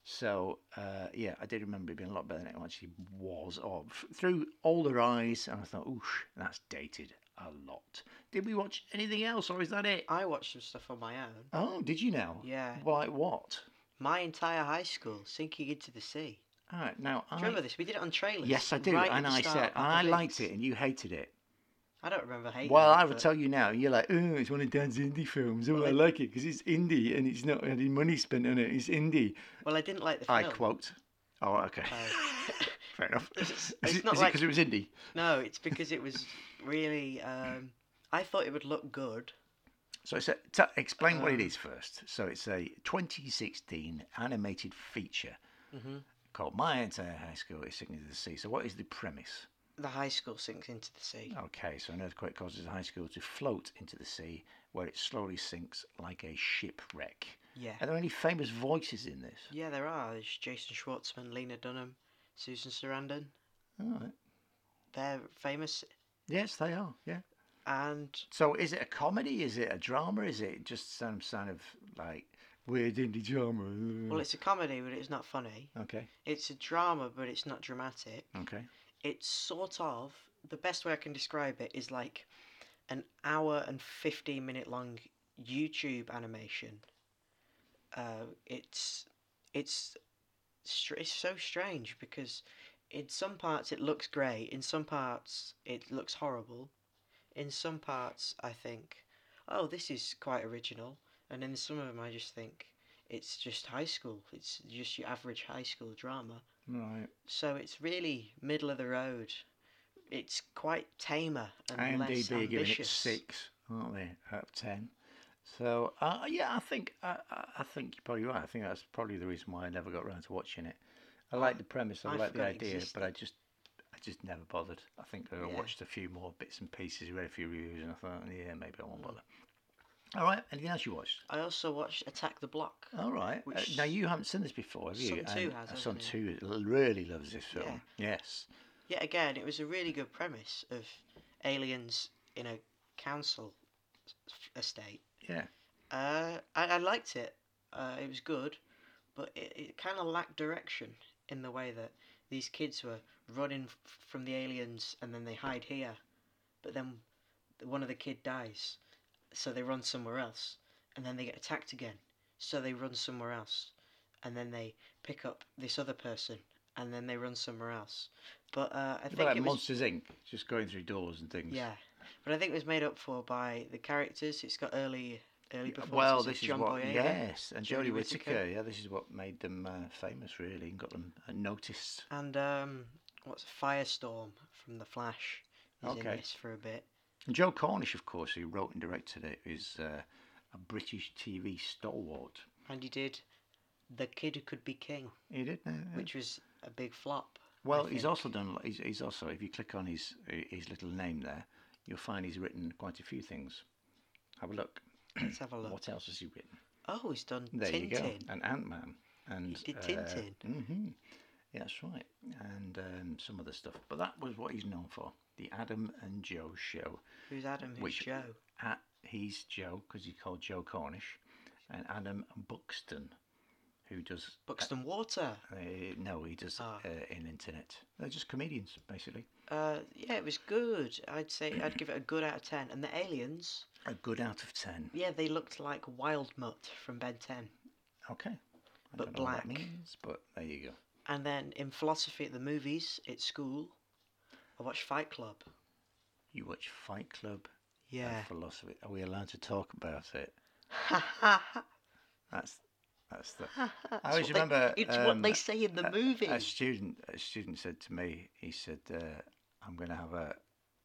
S2: So uh, yeah, I did remember it being a lot better than it actually was. Or f- through older eyes, and I thought, oosh, that's dated a lot. Did we watch anything else, or is that it?
S4: I watched some stuff on my own.
S2: Oh, did you now?
S4: Yeah.
S2: Like what?
S4: My entire high school sinking into the sea.
S2: All right, now
S4: Do
S2: I.
S4: you remember this? We did it on trailers.
S2: Yes, I do,
S4: right at
S2: and
S4: the
S2: I
S4: start
S2: said,
S4: of
S2: and
S4: Papa
S2: I liked
S4: Biggs.
S2: it, and you hated it.
S4: I don't remember hating.
S2: Well,
S4: it,
S2: I would
S4: but
S2: tell you now, you're like, oh, it's one of Dad's indie films. Oh, I like it because it's indie and it's not any money spent on it. It's indie.
S4: [laughs] Well, I didn't like the
S2: I
S4: film.
S2: quote. Oh, okay.
S4: Uh,
S2: Fair enough.
S4: [laughs] It's-
S2: Is
S4: it's
S2: it
S4: not
S2: because
S4: like-
S2: it was indie?
S4: [laughs] no, it's because it was really. Um, I thought it would look good.
S2: So it's a, t- explain what
S4: Uh.
S2: it is first. So it's a 2016 animated feature
S4: Mm-hmm.
S2: called My Entire High School is Sinking to the Sea. So what is the premise?
S4: The high school sinks into the sea.
S2: Okay, so an earthquake causes a high school to float into the sea where it slowly sinks like a shipwreck.
S4: Yeah.
S2: Are there any famous voices in this?
S4: Yeah, there are. There's Jason Schwartzman, Lena Dunham, Susan Sarandon.
S2: All right.
S4: They're famous.
S2: Yes, they are. Yeah.
S4: And
S2: So is it a comedy? Is it a drama? Is it just some kind of like weird indie drama?
S4: well, it's a comedy, but it's not funny.
S2: okay.
S4: It's a drama, but it's not dramatic.
S2: Okay.
S4: It's sort of the best way I can describe it is like an hour and fifteen minute long YouTube animation. Uh, it's it's str- it's so strange because in some parts it looks great, in some parts it looks horrible, in some parts I think, oh, this is quite original, and in some of them I just think it's just high school. It's just your average high school drama.
S2: Right.
S4: So it's really middle of the road. It's quite tamer and less
S2: IMDb are giving it
S4: ambitious.
S2: six, aren't they? Out of ten. So uh, yeah, I think I, I I think you're probably right. I think that's probably the reason why I never got around to watching it. I like the premise. I,
S4: I
S2: like the
S4: forgot it
S2: idea, but I just I just never bothered. I think I
S4: Yeah.
S2: watched a few more bits and pieces, read a few reviews, and I thought, yeah, maybe I won't bother. All right. Anything else you watched?
S4: I also watched Attack the Block.
S2: All right. Uh,
S4: Which
S2: now you haven't seen this before, have you?
S4: Sun Tzu
S2: And,
S4: has,
S2: uh,
S4: hasn't
S2: Sun
S4: he?
S2: Tzu really loves this film. Yes.
S4: Yet again, it was a really good premise of aliens in a council s- estate.
S2: Yeah.
S4: Uh, I, I liked it. Uh, it was good, but it, it kind of lacked direction in the way that these kids were running f- from the aliens and then they hide here, but then one of the kid dies, so they run somewhere else, and then they get attacked again, so they run somewhere else, and then they pick up this other person, and then they run somewhere else. But uh, I
S2: It's
S4: think
S2: like
S4: it was
S2: Monsters Inc. Just going through doors and things.
S4: yeah, but I think it was made up for by the characters. It's got early early performances.
S2: Well,
S4: of
S2: this
S4: John
S2: is what,
S4: Boyega.
S2: yes, and
S4: Jodie
S2: Jodie
S4: Whittaker.
S2: Whittaker. Yeah, this is what made them uh, famous, really, and got them uh, noticed.
S4: And um, what's Firestorm from The Flash? Is
S2: Okay.
S4: in this for a bit.
S2: And Joe Cornish, of course, who wrote and directed it, is uh, a British TV stalwart.
S4: And he did The Kid Who Could Be King,
S2: He did. uh, uh,
S4: which was a big flop. I
S2: well, he's
S4: think.
S2: also done. He's, he's also, if you click on his his little name there, you'll find he's written quite a few things. Have a look.
S4: Let's have a look.
S2: What else has he written?
S4: Oh, he's done
S2: There you go.
S4: Tintin.
S2: And Ant Man. And uh,
S4: did Tintin.
S2: hmm Yeah, that's right. And um, some other stuff. But that was what he's known for. The Adam and Joe show.
S4: Who's Adam? Who's
S2: Which-
S4: Joe?
S2: At, he's Joe because he's called Joe Cornish, and Adam Buxton, who does
S4: Buxton Water.
S2: uh, no, he does
S4: Ah.
S2: uh, in internet. They're just comedians basically.
S4: Uh, yeah, it was good.
S2: [clears throat]
S4: I'd say I'd give it a good out of ten. And the aliens,
S2: A good out of ten.
S4: yeah, they looked like Wild Mutt from Ben Ten.
S2: Okay. I
S4: But
S2: don't know what that
S4: black.
S2: means, but there you go.
S4: And then in philosophy at the movies at school, I watched Fight Club.
S2: You watch Fight Club
S4: Yeah.
S2: and Philosophy. Are we allowed to talk about it? That's that's
S4: [laughs]
S2: the. I always
S4: It's what they-
S2: remember.
S4: it's what they
S2: um,
S4: say in the
S2: a-
S4: movie.
S2: A student, a student said to me, he said, uh, "I'm going to have a,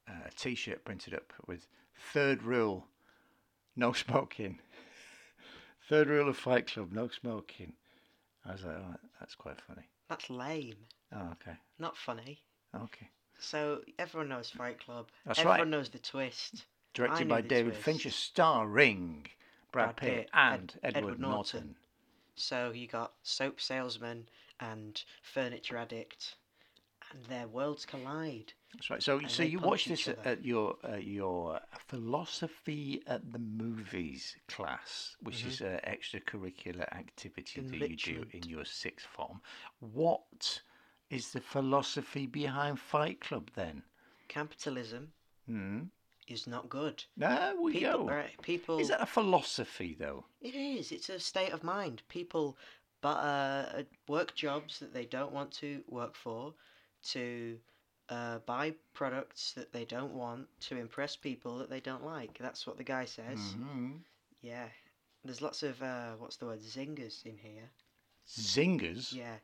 S2: a T-shirt printed up with third rule, no smoking. [laughs] third rule of Fight Club, no smoking." I was like, oh, "That's quite funny."
S4: That's lame.
S2: Oh, okay,
S4: Not funny.
S2: okay.
S4: So everyone knows Fight Club.
S2: That's
S4: everyone
S2: right.
S4: knows the twist.
S2: Directed
S4: knew
S2: by
S4: the
S2: David
S4: twist.
S2: Fincher, starring Brad,
S4: Brad
S2: Pitt,
S4: Pitt, Ed-
S2: and
S4: Edward
S2: Edward,
S4: Norton.
S2: Norton.
S4: So you got soap salesman and furniture addict and their worlds collide.
S2: That's right. So,
S4: And
S2: so
S4: they
S2: you
S4: punch
S2: watched this
S4: each
S2: at,
S4: other.
S2: at your uh, your philosophy at the movies class, which
S4: Mm-hmm.
S2: is an extracurricular activity that you do in
S4: Enrichment.
S2: your sixth form. What is the philosophy behind Fight Club then?
S4: Capitalism
S2: Hmm.
S4: is not good.
S2: There we
S4: People,
S2: go.
S4: right, people.
S2: Is that a philosophy though?
S4: It is. It's a state of mind. People, but uh, work jobs that they don't want to work for, to uh, buy products that they don't want, to impress people that they don't like. That's what the guy says.
S2: Mhm.
S4: Yeah. There's lots of uh, what's the word zingers in here.
S2: Zingers
S4: Yeah,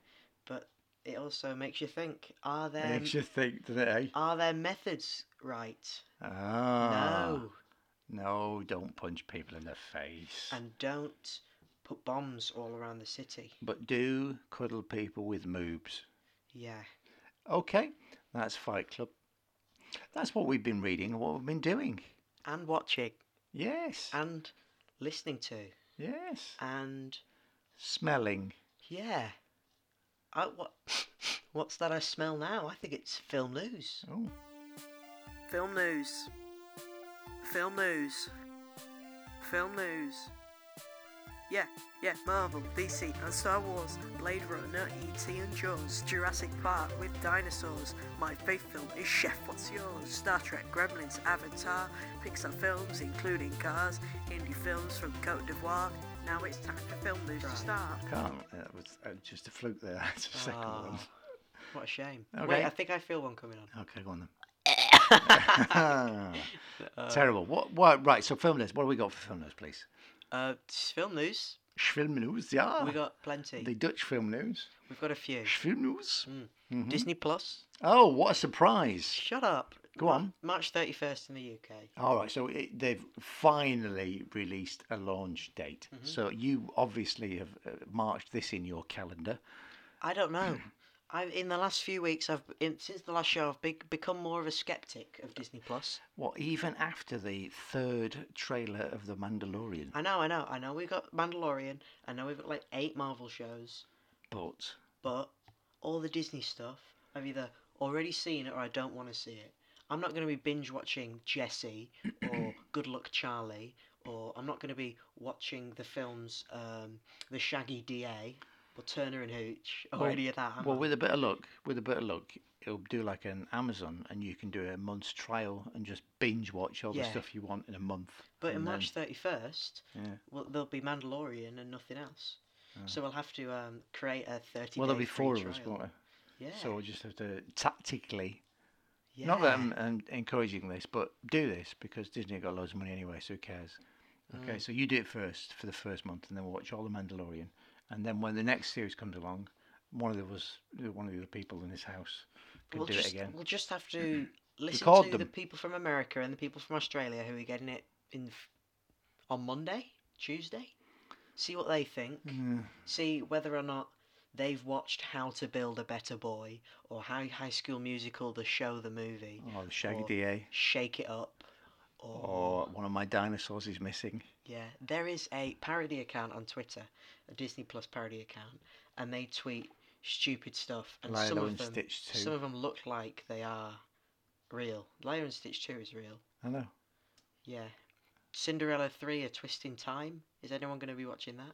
S4: but it also makes you think. Are there
S2: makes you think eh? today.
S4: are their methods right?
S2: Ah,
S4: No.
S2: no, don't punch people in the face.
S4: And don't put bombs all around the city.
S2: But do cuddle people with moobs.
S4: Yeah.
S2: Okay, that's Fight Club. That's what we've been reading and what we've been doing.
S4: And watching.
S2: Yes,
S4: And listening to.
S2: yes.
S4: And
S2: Smelling.
S4: yeah. I, what, [laughs] what's that I smell now? I think it's film news.
S2: Oh,
S3: Film news. Film news. Film news. Yeah, yeah, Marvel, DC, and Star Wars, Blade Runner, E.T. and Jaws, Jurassic Park with dinosaurs, my faith film is Chef What's Yours, Star Trek, Gremlins, Avatar, Pixar films including Cars, indie films from Cote d'Ivoire. Now it's time for film news to
S4: Right.
S3: start.
S2: can't. That was uh, just a fluke there. [laughs] That's the second one.
S4: Ah, What a shame.
S2: Okay.
S4: Wait, I think I feel one coming
S2: Okay,
S4: [laughs]
S2: [laughs] go on
S4: on.
S2: then. Terrible. What, what? Right, so film news. What have we got for film news, please?
S4: uh, it's film news.
S2: Film news, yeah.
S4: we got plenty.
S2: Oh. the Dutch film news.
S4: We've got a few.
S2: Film news.
S4: Mm.
S2: Mhm.
S4: Disney Plus.
S2: Oh, what a surprise.
S4: Shut up.
S2: Go
S4: Mar-
S2: on.
S4: March 31st in the UK.
S2: All right, so it, they've finally released a launch date.
S4: Mm-hmm.
S2: So you obviously have uh, marked this in your calendar.
S4: I
S2: [clears throat]
S4: don't know. I in the last few weeks I've in, since the last show I've be- become more of a skeptic of Disney Plus.
S2: What, even after the third trailer of The Mandalorian?
S4: I know, I know, I know we've got Mandalorian, I know we've got like 8 Marvel shows,
S2: But
S4: but all the Disney stuff I've either already seen it or I don't want to see it. I'm not going to be binge watching
S2: [clears throat]
S4: Jesse or Good Luck Charlie or I'm not going to be watching the films um, The Shaggy DA or Turner and Hooch or
S2: Well-
S4: any of that. am
S2: well,
S4: I?
S2: with a bit of luck, with a bit of luck, it'll do like an Amazon, and you can do a month's trial and just binge watch all the
S4: Yeah.
S2: stuff you want in a month.
S4: But in
S2: and then-
S4: March thirty first,
S2: Yeah. Ah.
S4: well, there'll be Mandalorian and nothing else. So we'll have to um, create a thirty.
S2: well, there'll
S4: day
S2: be
S4: free
S2: four of us,
S4: trial.
S2: won't there?
S4: Yeah.
S2: So we'll just have to tactically
S4: yeah.
S2: Not that I'm, um encouraging this, but do this because Disney got loads of money anyway, so who cares? Okay,
S4: Mm.
S2: so you do it first for the first month, and then we'll watch all the Mandalorian, and then when the next series comes along, one of the us, one of the other people in this house, can
S4: we'll
S2: do
S4: just
S2: it again.
S4: we'll just have to listen
S2: Record
S4: to the
S2: them.
S4: people from America and the people from Australia who are getting it in f- on Monday, Tuesday. See what they think.
S2: Mm,
S4: See whether or not they've watched How to Build a Better Boy or How High School Musical: The Show, the movie,
S2: Oh, the Shaggy
S4: Or- Mm.
S2: DA,
S4: Shake It Up, or
S2: or one of my dinosaurs is missing.
S4: Yeah, there is a parody account on Twitter, a Disney Plus parody account, and they tweet stupid stuff. And some
S2: Lilo
S4: of
S2: and
S4: them,
S2: Stitch too.
S4: some of them look like they are real. Lilo and Stitch Two is real.
S2: I know.
S4: Yeah, Cinderella Three: A Twist in Time. Is anyone going to be watching that?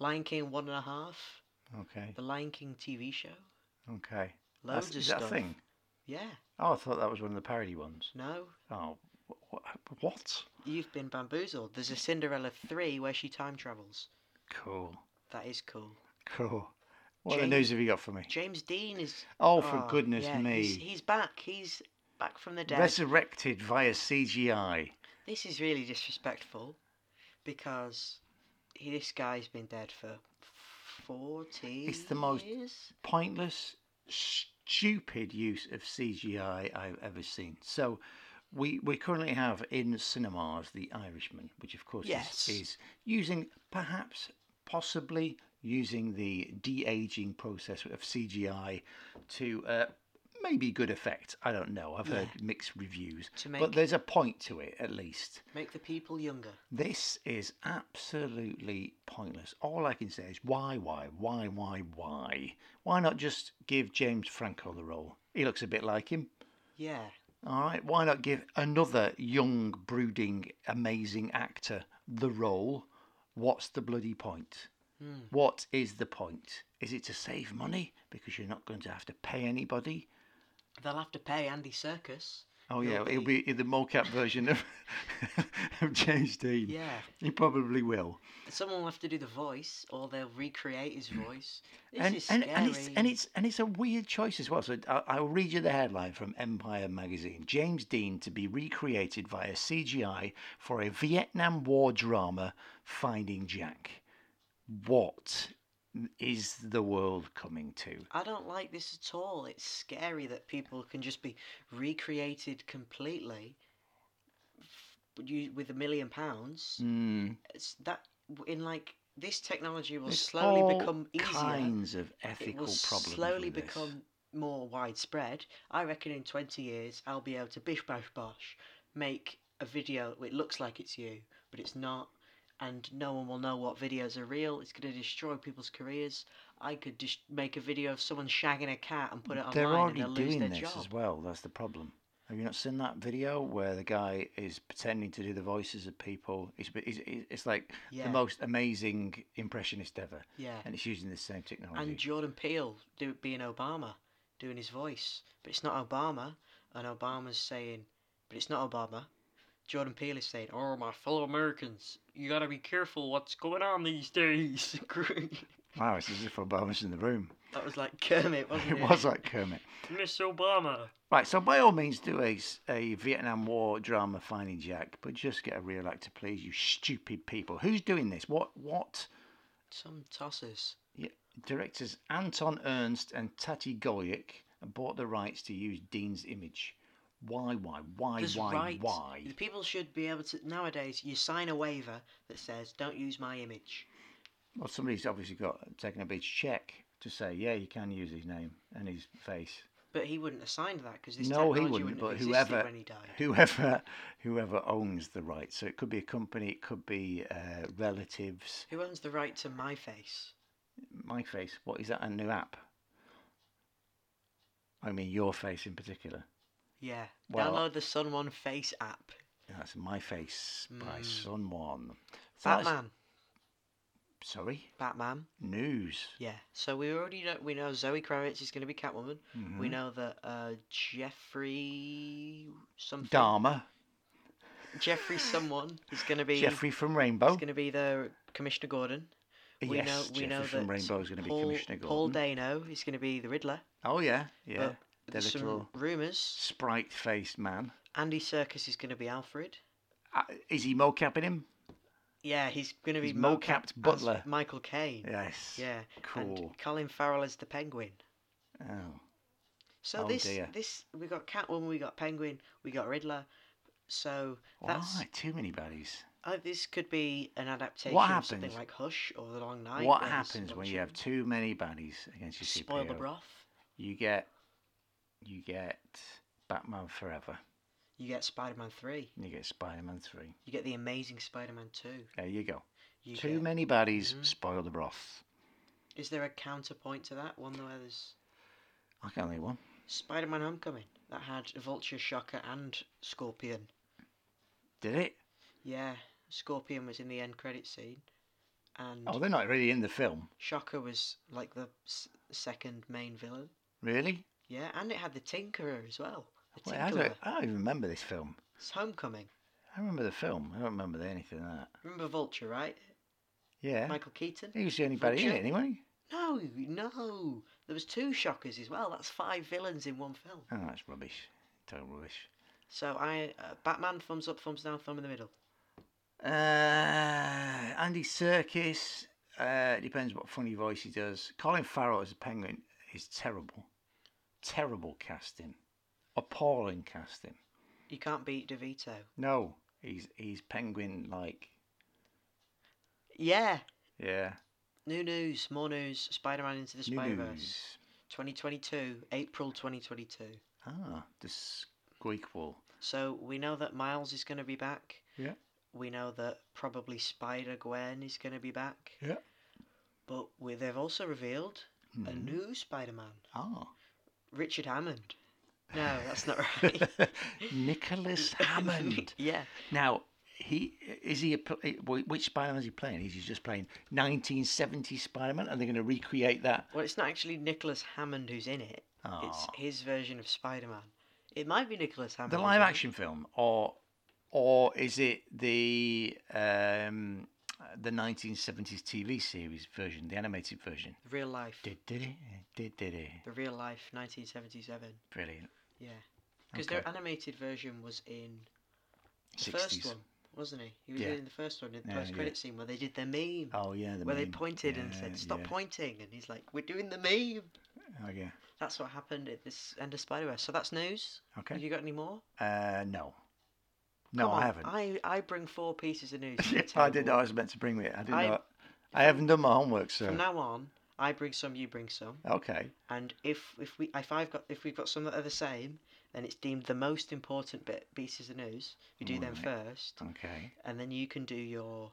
S4: Lion King One and a Half,
S2: Okay,
S4: the Lion King TV show.
S2: okay.
S4: Loads
S2: That's,
S4: of
S2: is that
S4: stuff.
S2: a thing?
S4: Yeah.
S2: Oh, I thought that was one of the parody ones.
S4: No,
S2: Oh, wh- wh- what?
S4: you've been bamboozled. There's a Cinderella Three where she time travels.
S2: Cool,
S4: That is cool.
S2: cool. What other
S4: Jane-
S2: news have you got for me?
S4: James Dean is
S2: Oh, for
S4: Oh,
S2: goodness
S4: yeah,
S2: me.
S4: He's, he's back. He's back from the dead.
S2: Resurrected via CGI.
S4: This is really disrespectful because he, this guy's been dead for 40
S2: It's the most-
S4: years.
S2: Pointless, stupid use of CGI I've ever seen. So, we, we currently have in cinemas The Irishman, which of course
S4: Yes.
S2: is, is using perhaps, possibly using the de aging process of CGI to uh, maybe good effect. I don't know. I've heard mixed reviews.
S4: To
S2: But
S4: make-
S2: there's a point to it, at least.
S4: Make the people younger.
S2: This is absolutely pointless. All I can say is why, why, why, why, why? Why not just give James Franco the role? He looks a bit like him.
S4: Yeah.
S2: All right, why not give another young, brooding, amazing actor the role? What's the bloody point? What is the point? Is it to save money because you're not going to have to pay anybody?
S4: They'll have to pay Andy Circus.
S2: Oh yeah,
S4: It'll
S2: it'll be the mocap version of, [laughs] of James Dean.
S4: Yeah.
S2: he probably will.
S4: Someone will have to do the voice, or they'll recreate his voice. This
S2: and,
S4: is
S2: and,
S4: scary.
S2: and it's and it's and it's a weird choice as well. So I- I'll read you the headline from Empire magazine: James Dean to be recreated via CGI for a Vietnam War drama, Finding Jack. What is the world coming to?
S4: I don't like this at all. It's scary that people can just be recreated completely f- with you- with a million pounds.
S2: Hmm.
S4: It's that in like this technology will
S2: There's
S4: slowly
S2: all
S4: become easier.
S2: kinds of ethical
S4: it will
S2: problems.
S4: slowly
S2: with this.
S4: become more widespread. I reckon in 20 years, I'll be able to bish bash bosh, make a video. It looks like it's you, but it's not. And no one will know what videos are real. It's going to destroy people's careers. I could just make a video of someone shagging a cat and put it online
S2: They're
S4: and
S2: already
S4: they'll lose
S2: doing
S4: their
S2: this
S4: job.
S2: as well. That's the problem. Have you not seen that video where the guy is pretending to do the voices of people? It's it's, it's like
S4: Yeah.
S2: the most amazing impressionist ever,
S4: Yeah.
S2: and it's using the same technology.
S4: And Jordan Peele do, being Obama, doing his voice. But it's not Obama, and Obama's saying, but it's not Obama. Jordan Peele is saying, oh, my fellow Americans, you gotta be careful what's going on these days. [laughs]
S2: wow, it's as if Obama's in the room. [laughs]
S4: that was like Kermit, wasn't it?
S2: It was like Kermit.
S4: Miss Obama.
S2: Right, so by all means, do a, s- a Vietnam War drama, Finding Jack, but just get a real actor, please. You stupid people. Who's doing this? What what
S4: Some tossers.
S2: Yeah, directors Anton Ernst and Tati Goyek bought the rights to use Dean's image. Why, why, why,
S4: There's
S2: why,
S4: right.
S2: why?
S4: The people should be able to, nowadays, you sign a waiver that says, don't use my image.
S2: Well, somebody's obviously got taken a big check to say, yeah, you can use his name and his face.
S4: But he wouldn't have signed that because this
S2: no,
S4: technology
S2: he wouldn't.
S4: have
S2: But
S4: existed
S2: whoever,
S4: when he died.
S2: whoever, whoever owns the rights. So it could be a company. It could be uh, relatives.
S4: Who owns the right to my face?
S2: My face. What is that? A new app? I mean, your face in particular.
S4: Yeah.
S2: Well-
S4: Download the Sun One Face app.
S2: That's My Face by
S4: Mm.
S2: Sun One. So that's-
S4: Batman.
S2: Sorry?
S4: Batman.
S2: News.
S4: Yeah. So we already know we know Zoe Kravitz is going to be Catwoman.
S2: Mm-hmm.
S4: We know that uh, Jeffrey something
S2: Dharma.
S4: Jeffrey someone is going to be
S2: Jeffrey from
S4: is
S2: Rainbow.
S4: going to be the Commissioner Gordon. We
S2: yes,
S4: know we
S2: Jeffrey
S4: know
S2: from
S4: that
S2: Rainbow is going to be
S4: Paul,
S2: Commissioner Gordon.
S4: Paul Dano is going to be the Riddler.
S2: Oh, yeah, yeah.
S4: But
S2: The
S4: there's some
S2: little
S4: rumors.
S2: sprite faced man.
S4: Andy Circus is going to be Alfred.
S2: Uh, is he mocapping him?
S4: Yeah, he's going to be
S2: He's
S4: mocap
S2: mocapped
S4: as
S2: butler.
S4: Michael Caine.
S2: Yes.
S4: Yeah,
S2: Cool.
S4: And Colin Farrell as the Penguin.
S2: Oh.
S4: So
S2: Oh,
S4: this
S2: dear.
S4: this we got Catwoman, we got Penguin, we got Riddler. So that's
S2: Why? Too many buddies.
S4: uh, this could be an adaptation
S2: What
S4: of something
S2: happens-
S4: like Hush or The Long Night.
S2: what
S4: where there's
S2: happens when
S4: lots
S2: you
S4: of
S2: have too many buddies against your
S4: spoil the
S2: superhero?
S4: broth?
S2: You get. You get. Batman Forever.
S4: You get Spider-Man three.
S2: and You get Spider Man 3.
S4: You get the Amazing Spider-Man two.
S2: There you go.
S4: You
S2: Too
S4: get-
S2: many buddies
S4: Mhm.
S2: spoil the broth.
S4: Is there a counterpoint to that? One where there's
S2: I can't think of one.
S4: Spider-Man Homecoming that had Vulture, Shocker, and Scorpion.
S2: Did it?
S4: Yeah, Scorpion was in the end credit scene, and
S2: Oh, they're not really in the film,
S4: Shocker was like the s- second main villain.
S2: really.
S4: Yeah, and it had the Tinkerer as well. The
S2: Wait, I,
S4: Tinkerer.
S2: don't, I don't even remember this film.
S4: It's Homecoming.
S2: I remember the film. I don't remember anything like that.
S4: Remember Vulture, right?
S2: Yeah,
S4: Michael Keaton.
S2: he was the only buddy in it
S4: Vulture?
S2: anyway.
S4: No, no. There was two Shockers as well. That's five villains in one film.
S2: Oh, that's rubbish. Total rubbish.
S4: So I, uh, Batman, thumbs up, thumbs down, thumb in the middle.
S2: Uh, Andy Circus. Uh, depends what funny voice he does. Colin Farrell as a penguin is terrible. Terrible casting. Appalling casting.
S4: You can't beat DeVito.
S2: No, he's he's penguin like.
S4: Yeah.
S2: Yeah.
S4: New news, more news. Spider-Man into the
S2: New
S4: Spider-Verse.
S2: news.
S4: 2022, April 2022.
S2: Ah, the squeak wall.
S4: So we know that Miles is going to be back.
S2: Yeah.
S4: We know that probably Spider Gwen is going to be back.
S2: Yeah.
S4: But we, they've also revealed a
S2: Mhm.
S4: new Spider Man, [laughs]
S2: Ah.
S4: Richard Hammond. No, that's not right. [laughs]
S2: Nicholas [laughs] Hammond.
S4: yeah.
S2: Now, he is he a, pl- eh, wh- which Spider-Man is he playing? He's just playing 1970 Spider-Man, and they're going to recreate that.
S4: Well, it's not actually Nicholas Hammond who's in it. It's
S2: Aw.
S4: his version of Spider-Man. It might be Nicholas Hammond.
S2: The
S4: who's
S2: live
S4: in it.
S2: action film, or or is it the um, the 1970s TV series version, the animated version?
S4: The real life.
S2: Did did it? Did did it?
S4: The real life 1977.
S2: Brilliant.
S4: Yeah. Because
S2: Okay.
S4: their animated version was in the
S2: 60s.
S4: first one, wasn't he? He was
S2: Yeah.
S4: in the first one, in the
S2: Yeah,
S4: post credit scene where they did their meme.
S2: Oh yeah, the
S4: where they
S2: meme.
S4: pointed and
S2: Yeah,
S4: said, Stop
S2: yeah.
S4: pointing and he's like, We're doing the meme
S2: Oh yeah.
S4: That's what happened at this end of Spider Verse. So that's news. Have
S2: Okay.
S4: you got any more?
S2: Uh, no. No,
S4: Come on,
S2: I haven't.
S4: I, I bring four pieces of news.
S2: [laughs] Yeah,
S4: to the
S2: I didn't know
S4: table.
S2: I was meant to bring it. I didn't
S4: I-
S2: know. I haven't done my homework, so
S4: From now on, I bring some, you bring some.
S2: okay.
S4: And if if we if I've got if we've got some that are the same, then it's deemed the most important bit pieces of news. We do them first,
S2: Okay.
S4: and then you can do your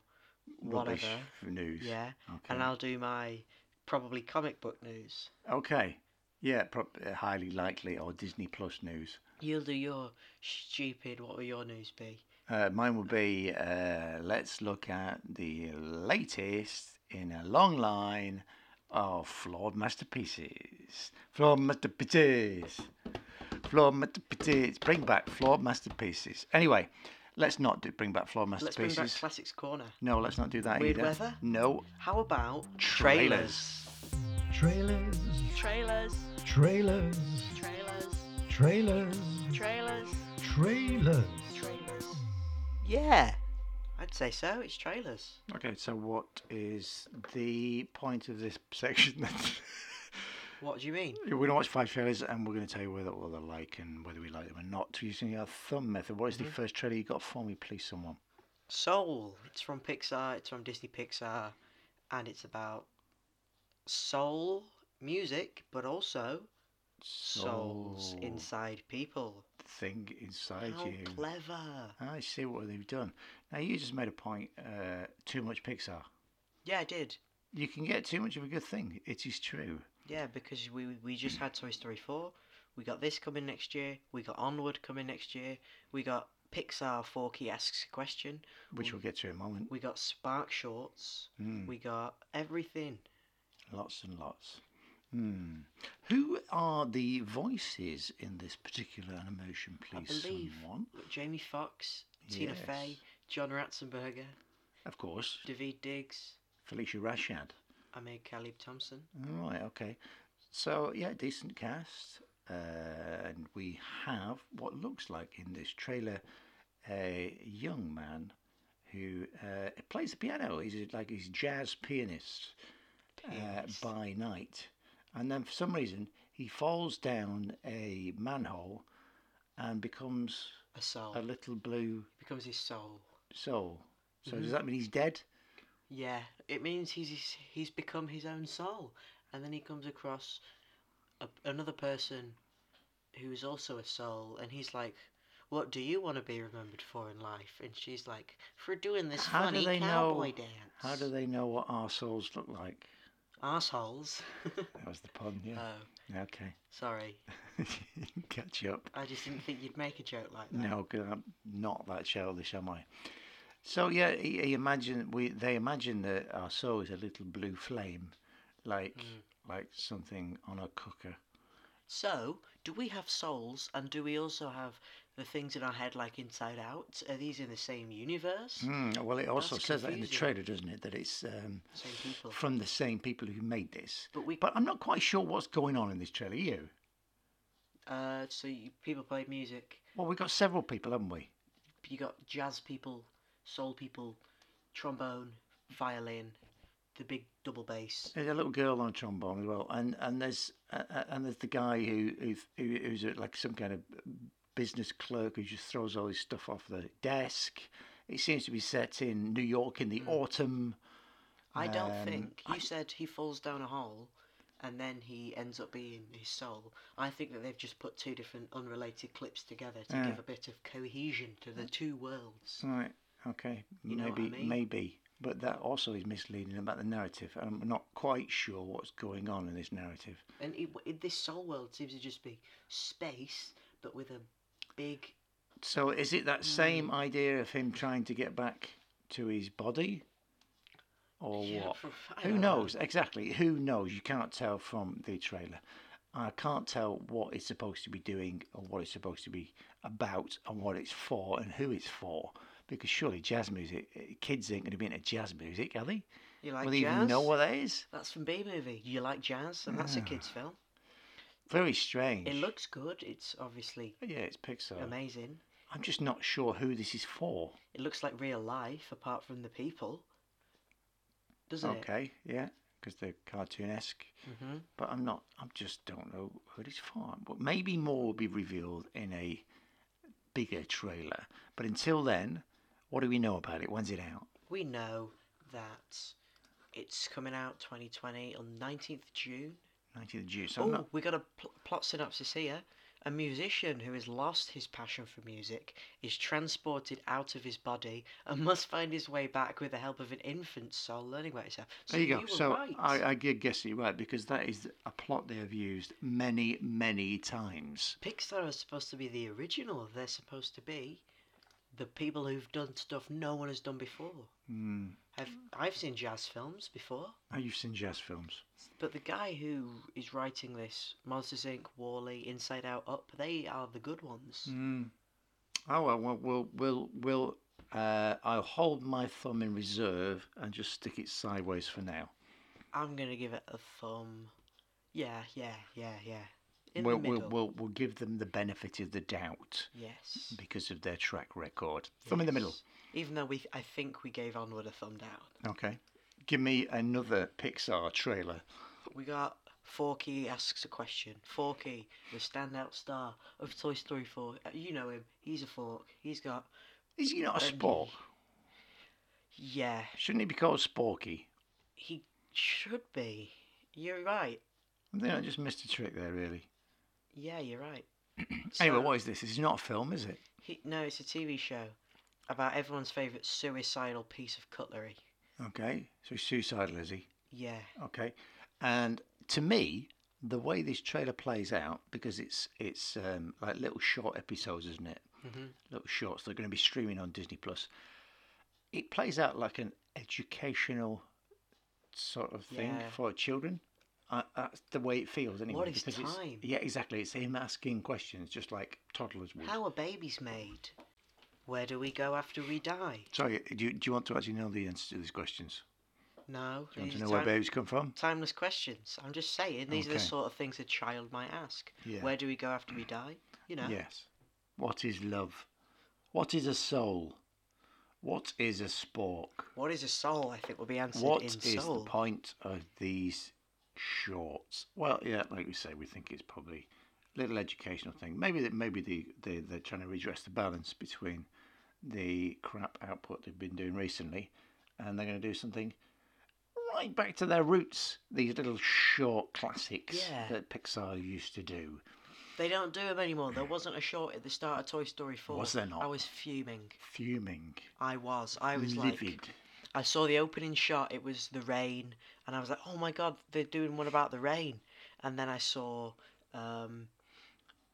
S2: Rubbish
S4: whatever.
S2: for news.
S4: Yeah,
S2: Okay.
S4: and I'll do my probably comic book news.
S2: Okay. Yeah, prob- uh, highly likely or Disney Plus news.
S4: You'll do your stupid. What will your news be?
S2: Uh, mine will be uh, let's look at the latest in a long line of flawed masterpieces. Flawed masterpieces. Flawed masterpieces. Bring back flawed masterpieces. Anyway, let's not do bring back flawed
S4: Let's bring
S2: masterpieces.
S4: back Classics Corner.
S2: no, let's not do that
S4: Weird
S2: either.
S4: weather?
S2: No.
S4: How about
S2: Trailers.
S5: Trailers,
S3: Trailers,
S5: trailers,
S3: trailers,
S5: trailers,
S3: trailers,
S5: trailers.
S3: trailers.
S4: Yeah, I'd say so. It's trailers.
S2: Okay, so what is the point of this section? [laughs]
S4: What do you mean?
S2: We're going to watch five trailers and we're going to tell you whether what they like and whether we like them or not using our thumb method. What is
S4: Mm-hmm.
S2: the first trailer you got for me, please, someone?
S4: Soul. It's from Pixar. It's from Disney Pixar, and it's about soul music, but also souls
S2: Soul
S4: inside people.
S2: Oh, thing inside
S4: How
S2: you.
S4: clever!
S2: I see what they've done. Now, you just made a point uh, too much Pixar.
S4: Yeah, I did.
S2: You can get too much of a good thing. It is true.
S4: Yeah, because we we just had Toy Story four. We got this coming next year. We got Onward coming next year. We got Pixar Forky asks a question.
S2: Which we'll get to in a moment.
S4: We got Spark Shorts.
S2: Mm,
S4: We got everything.
S2: lots and lots. Hmm. Who are the voices in this particular animation, please,
S4: believe-
S2: someone?
S4: Jamie Foxx, Tina
S2: Yes.
S4: Fey, John Ratzenberger,
S2: Of course,
S4: David Diggs,
S2: Felicia Rashad.
S4: Amir Khalib Thompson.
S2: All right, okay. So, yeah, decent cast. Uh, and we have what looks like in this trailer a young man who uh, plays the piano. He's a- like he's a jazz pianist,
S4: Pianist.
S2: Uh, by night. And then for some reason, he falls down a manhole and becomes
S4: A soul.
S2: a little blue
S4: becomes his soul.
S2: soul. So,
S4: Mhm.
S2: does that mean he's dead?
S4: Yeah, it means he's he's, he's become his own soul, and then he comes across a, another person who is also a soul, and he's like, "What do you want to be remembered for in life?" And she's like, "For doing this
S2: How do
S4: funny
S2: they
S4: cowboy
S2: know-
S4: dance."
S2: How do they know what our souls look like?
S4: Assholes. [laughs]
S2: That was the pun, yeah.
S4: Oh,
S2: okay. [laughs]
S4: sorry.
S2: Catch up.
S4: I just didn't think you'd make a joke like that.
S2: No, 'cause I'm not that childish, am I? So yeah, he, he imagine we they imagine that our soul is a little blue flame, like
S4: Mm.
S2: like something on a cooker.
S4: So, do we have souls, and do we also have the things in our head, like Inside Out? Are these in the same universe?
S2: Mm, well, it also
S4: That's
S2: says that in the
S4: confusing.
S2: trailer, doesn't it? That it's um,
S4: Same people.
S2: from the same people who made this.
S4: But we,
S2: But I'm not quite sure what's going on in this trailer. You?
S4: uh, so you, people play music.
S2: Well, we've got several people, haven't we?
S4: You got jazz people, soul people, trombone, violin, the big double bass.
S2: There's a little girl on trombone as well, and and there's uh, uh, and there's the guy who who's, who- who's uh, like some kind of business clerk who just throws all his stuff off the desk. It seems to be set in New York in the
S4: Hmm.
S2: autumn.
S4: I don't
S2: Um,
S4: think you said he falls down a hole, and then he ends up being his soul. I think that they've just put two different unrelated clips together to
S2: Yeah.
S4: give a bit of cohesion to the two worlds.
S2: Right. Okay.
S4: You know what I
S2: maybe
S4: mean?
S2: maybe, but that also is misleading about the narrative. I'm not quite sure what's going on in this narrative.
S4: And it, it, this soul world seems to just be space but with a big
S2: So is it that same
S4: Hmm.
S2: idea of him trying to get back to his body? Or
S4: Yeah,
S2: what?
S4: for- I
S2: Who
S4: don't know.
S2: knows? Exactly. Who knows? You can't tell from the trailer. I can't tell what it's supposed to be doing or what it's supposed to be about and what it's for and who it's for. Because surely jazz music, eh, kids ain't going to be into jazz music, are they?
S4: You like
S2: Will they
S4: jazz?
S2: even know what that is?
S4: That's from B movie. You like jazz, and
S2: Ah.
S4: that's a kids' film.
S2: Very strange.
S4: It looks good. It's obviously
S2: Yeah, it's Pixar.
S4: amazing.
S2: I'm just not sure who this is for.
S4: It looks like real life, apart from the people, doesn't it?
S2: okay, yeah, because they're cartoonesque.
S4: hmm
S2: But I'm not. I just don't know who it's for. But maybe more will be revealed in a bigger trailer. But until then, what do we know about it? When's it out?
S4: We know that it's coming out 2020 on 19th June.
S2: 19th of June. So
S4: Oh,
S2: I'm not,
S4: we got a pl- plot synopsis here. A musician who has lost his passion for music is transported out of his body and [laughs] must find his way back with the help of an infant soul learning about itself. Oh, So
S2: there you go.
S4: were
S2: so
S4: right.
S2: I, I gu- guess you're right because that is a plot they have used many, many times.
S4: Pixar is supposed to be the original. They're supposed to be the people who've done stuff no one has done before.
S2: Mm.
S4: I've I've seen jazz films before,
S2: Now you've seen jazz films.
S4: but the guy who is writing this, Monsters Inc., Wally, Inside Out, Up, they are the good ones.
S2: Mm. Oh well, well, we'll, we'll, we'll uh, I'll hold my thumb in reserve and just stick it sideways for now.
S4: I'm gonna give it a thumb. Yeah, yeah, yeah, yeah. In
S2: we'll,
S4: the middle.
S2: we'll, we'll, we'll give them the benefit of the doubt
S4: Yes.
S2: because of their track record. Thumb in the middle.
S4: yes. Even though we, I think we gave Onward a thumb down.
S2: Okay. Give me another Pixar trailer.
S4: We got Forky asks a question. Forky, the standout star of Toy Story 4. Uh, You know him. He's a fork. He's got.
S2: Is he not a
S4: Um,
S2: spork?
S4: Yeah,
S2: Shouldn't he be called Sporky?
S4: he should be. You're right.
S2: I think I just missed a trick there, really.
S4: Yeah, you're right.
S2: [clears throat] Anyway,
S4: So,
S2: what is this? It's not a film, is it?
S4: He, no, it's a TV show about everyone's favourite suicidal piece of cutlery.
S2: Okay. So he's suicidal, is he?
S4: Yeah.
S2: Okay. And to me, the way this trailer plays out, because it's it's um, like little short episodes, isn't it?
S4: hmm
S2: little shorts. They're going to be streaming on Disney Plus. It plays out like an educational sort of thing
S4: Yeah.
S2: for children. Uh, that's the way it feels anyway.
S4: What is
S2: because it's-
S4: time?
S2: yeah, exactly. It's him asking questions, just like toddlers would.
S4: How are babies made? Where do we go after we die?
S2: Sorry, do you, do you want to actually know the answer to these questions?
S4: No.
S2: Do you want
S4: these
S2: to know
S4: are
S2: where
S4: time-
S2: babies come from?
S4: Timeless questions. I'm just saying, these are the
S2: Okay.
S4: sort of things a child might ask.
S2: Yeah.
S4: Where do we go after we die? You know?
S2: Yes. What is love? What is a soul? What is a spork?
S4: What is a soul? I think will be answered
S2: What
S4: in
S2: is
S4: soul.
S2: the point of these shorts? Well, yeah, like we say, we think it's probably a little educational thing. Maybe that maybe the, they they're trying to redress the balance between the crap output they've been doing recently, and they're going to do something right back to their roots. These little short classics
S4: Yeah.
S2: that Pixar used to do.
S4: They don't do them anymore. There wasn't a short at the start of Toy Story 4.
S2: Was there not?
S4: I was fuming.
S2: Fuming,
S4: I was. I was
S2: livid.
S4: like, I saw the opening shot. It was the rain, and I was like, "Oh my god, they're doing one about the rain." And then I saw, um,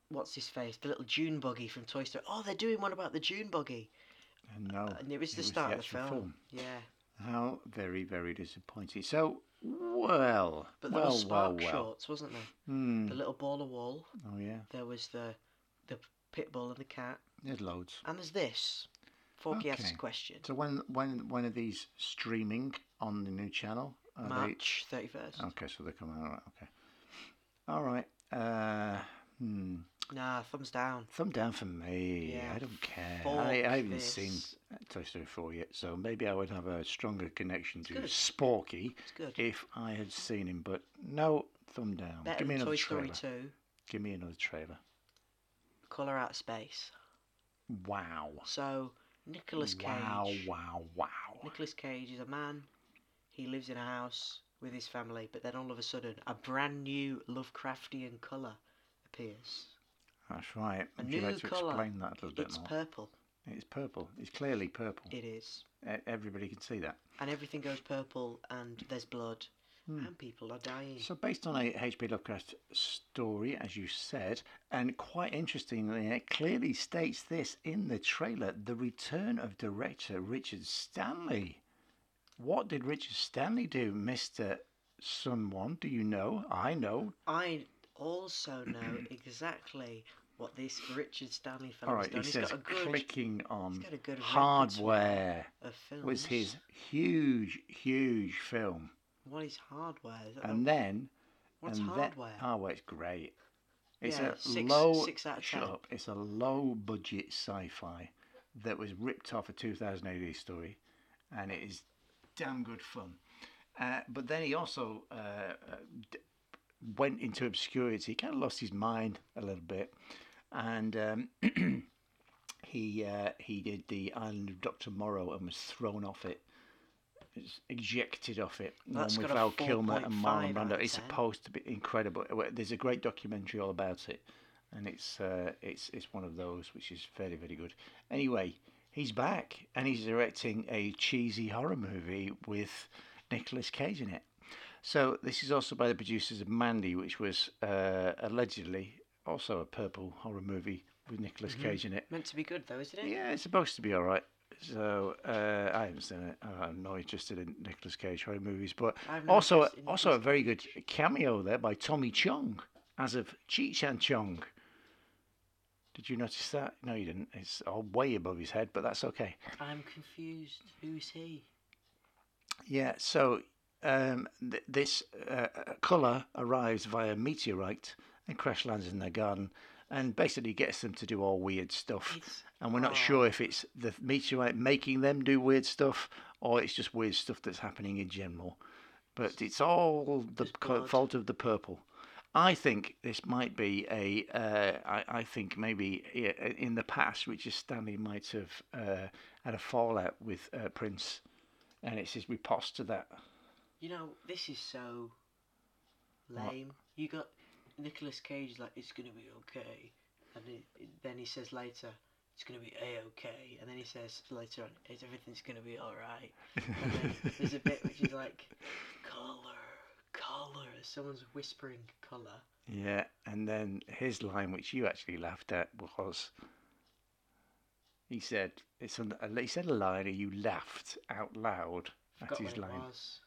S4: what's his face, the little June buggy from Toy Story. Oh, they're doing one about the June buggy,
S2: and no,
S4: and it was the start of the
S2: actual
S4: film. Yeah,
S2: How very very disappointing. So well,
S4: but there
S2: well,
S4: were
S2: well,
S4: spark
S2: well.
S4: shorts, wasn't there?
S2: Hmm.
S4: The little ball of wool.
S2: Oh yeah,
S4: There was the the pit bull and the cat,
S2: there's loads.
S4: and there's this. Forky asks
S2: Okay.
S4: a question.
S2: So when when when are these streaming on the new channel? Are they- Oh.
S4: March thirty first.
S2: Okay, so they're coming out. All right. Okay. All right. Uh, hmm.
S4: Nah, thumbs down.
S2: Thumb down for me.
S4: Yeah,
S2: I don't care.
S4: fork
S2: I, I haven't seen
S4: this.
S2: Toy Story 4 yet, so maybe I would have a stronger connection to
S4: good.
S2: Sporky
S4: It's good.
S2: if I had seen him. But no, thumb down.
S4: Better
S2: Give me
S4: than
S2: another
S4: Toy
S2: trailer.
S4: Story two.
S2: Give me another trailer.
S4: Color Out of Space.
S2: Wow.
S4: So Nicolas Cage.
S2: Wow! Wow! Wow!
S4: Nicolas Cage is a man. He lives in a house with his family, but then all of a sudden, a brand new Lovecraftian color appears.
S2: That's right.
S4: A
S2: Would
S4: new
S2: you like to
S4: colour.
S2: explain that a little bit
S4: It's
S2: more? Oh.
S4: purple.
S2: It's purple. It's clearly purple.
S4: It is,
S2: E- Everybody can see that.
S4: and everything goes purple, and there's blood, and people are dying.
S2: Hmm. So, based on a H.P. Lovecraft story, as you said, and quite interestingly, and it clearly states this in the trailer the return of director Richard Stanley. What did Richard Stanley do, Mr. Someone? Do you know? I know.
S4: I also know [clears throat] exactly what this Richard Stanley film
S2: All
S4: has
S2: right,
S4: done.
S2: he
S4: He's
S2: says
S4: got a good
S2: clicking on
S4: got a good
S2: hardware
S4: of films.
S2: was his huge, huge film.
S4: What is hardware? Is that
S2: And then
S4: What's
S2: and that-
S4: hardware?
S2: oh, it's great. It's
S4: Yeah,
S2: a
S4: six-
S2: low
S4: six out of
S2: shut
S4: ten.
S2: up. It's a low budget sci-fi that was ripped off a 2008 story, and it is damn good fun. Uh, but then he also uh, uh, d- went into obscurity. He kind of lost his mind a little bit, and um, [clears throat] he uh, he did the Island of Doctor Morrow and was thrown off it. It's ejected off it. The
S4: That's
S2: one with
S4: got a
S2: Val Kilmer and
S4: 4.5
S2: Marlon Brando.
S4: out of
S2: It's
S4: 10.
S2: supposed to be incredible. Well, There's a great documentary all about it, and it's uh, it's it's one of those which is very very good. Anyway, he's back and he's directing a cheesy horror movie with Nicolas Cage in it. So this is also by the producers of Mandy, which was uh, allegedly also a purple horror movie with Nicolas Cage in it.
S4: meant to be good though, isn't it?
S2: Yeah, it's supposed to be all right. So uh, I haven't seen it. I'm not interested in Nicolas Cage horror movies, but
S4: I've no
S2: also
S4: interest in
S2: also a very good cameo there by Tommy Chong as of Cheech and Chong. Did you notice that? No, you didn't. It's all way above his head, but that's okay.
S4: I'm confused. Who's he?
S2: Yeah, so um, th- this uh, colour arrives via meteorite and crash lands in their garden and basically gets them to do all weird stuff.
S4: It's-
S2: and we're not sure if it's the meteorite making them do weird stuff or it's just weird stuff that's happening in general. But it's all the
S4: There's
S2: co-
S4: blood.
S2: fault of the purple. I think this might be a. Uh, I, I think maybe i- in the past, Richard Stanley might have uh, had a fallout with uh, Prince and it's his riposte to that.
S4: You know, this is so lame. You got Nicolas Cage like it's gonna be okay, and it, it- then he says later it's gonna be a okay, and then he says later on "It's- everything's gonna be all right. And then there's a bit which is like color, color. Someone's whispering color.
S2: Yeah, and then his line, which you actually laughed at, was he said it's an, he said a line and you laughed out loud at
S4: Got what
S2: his
S4: it
S2: line.
S4: was.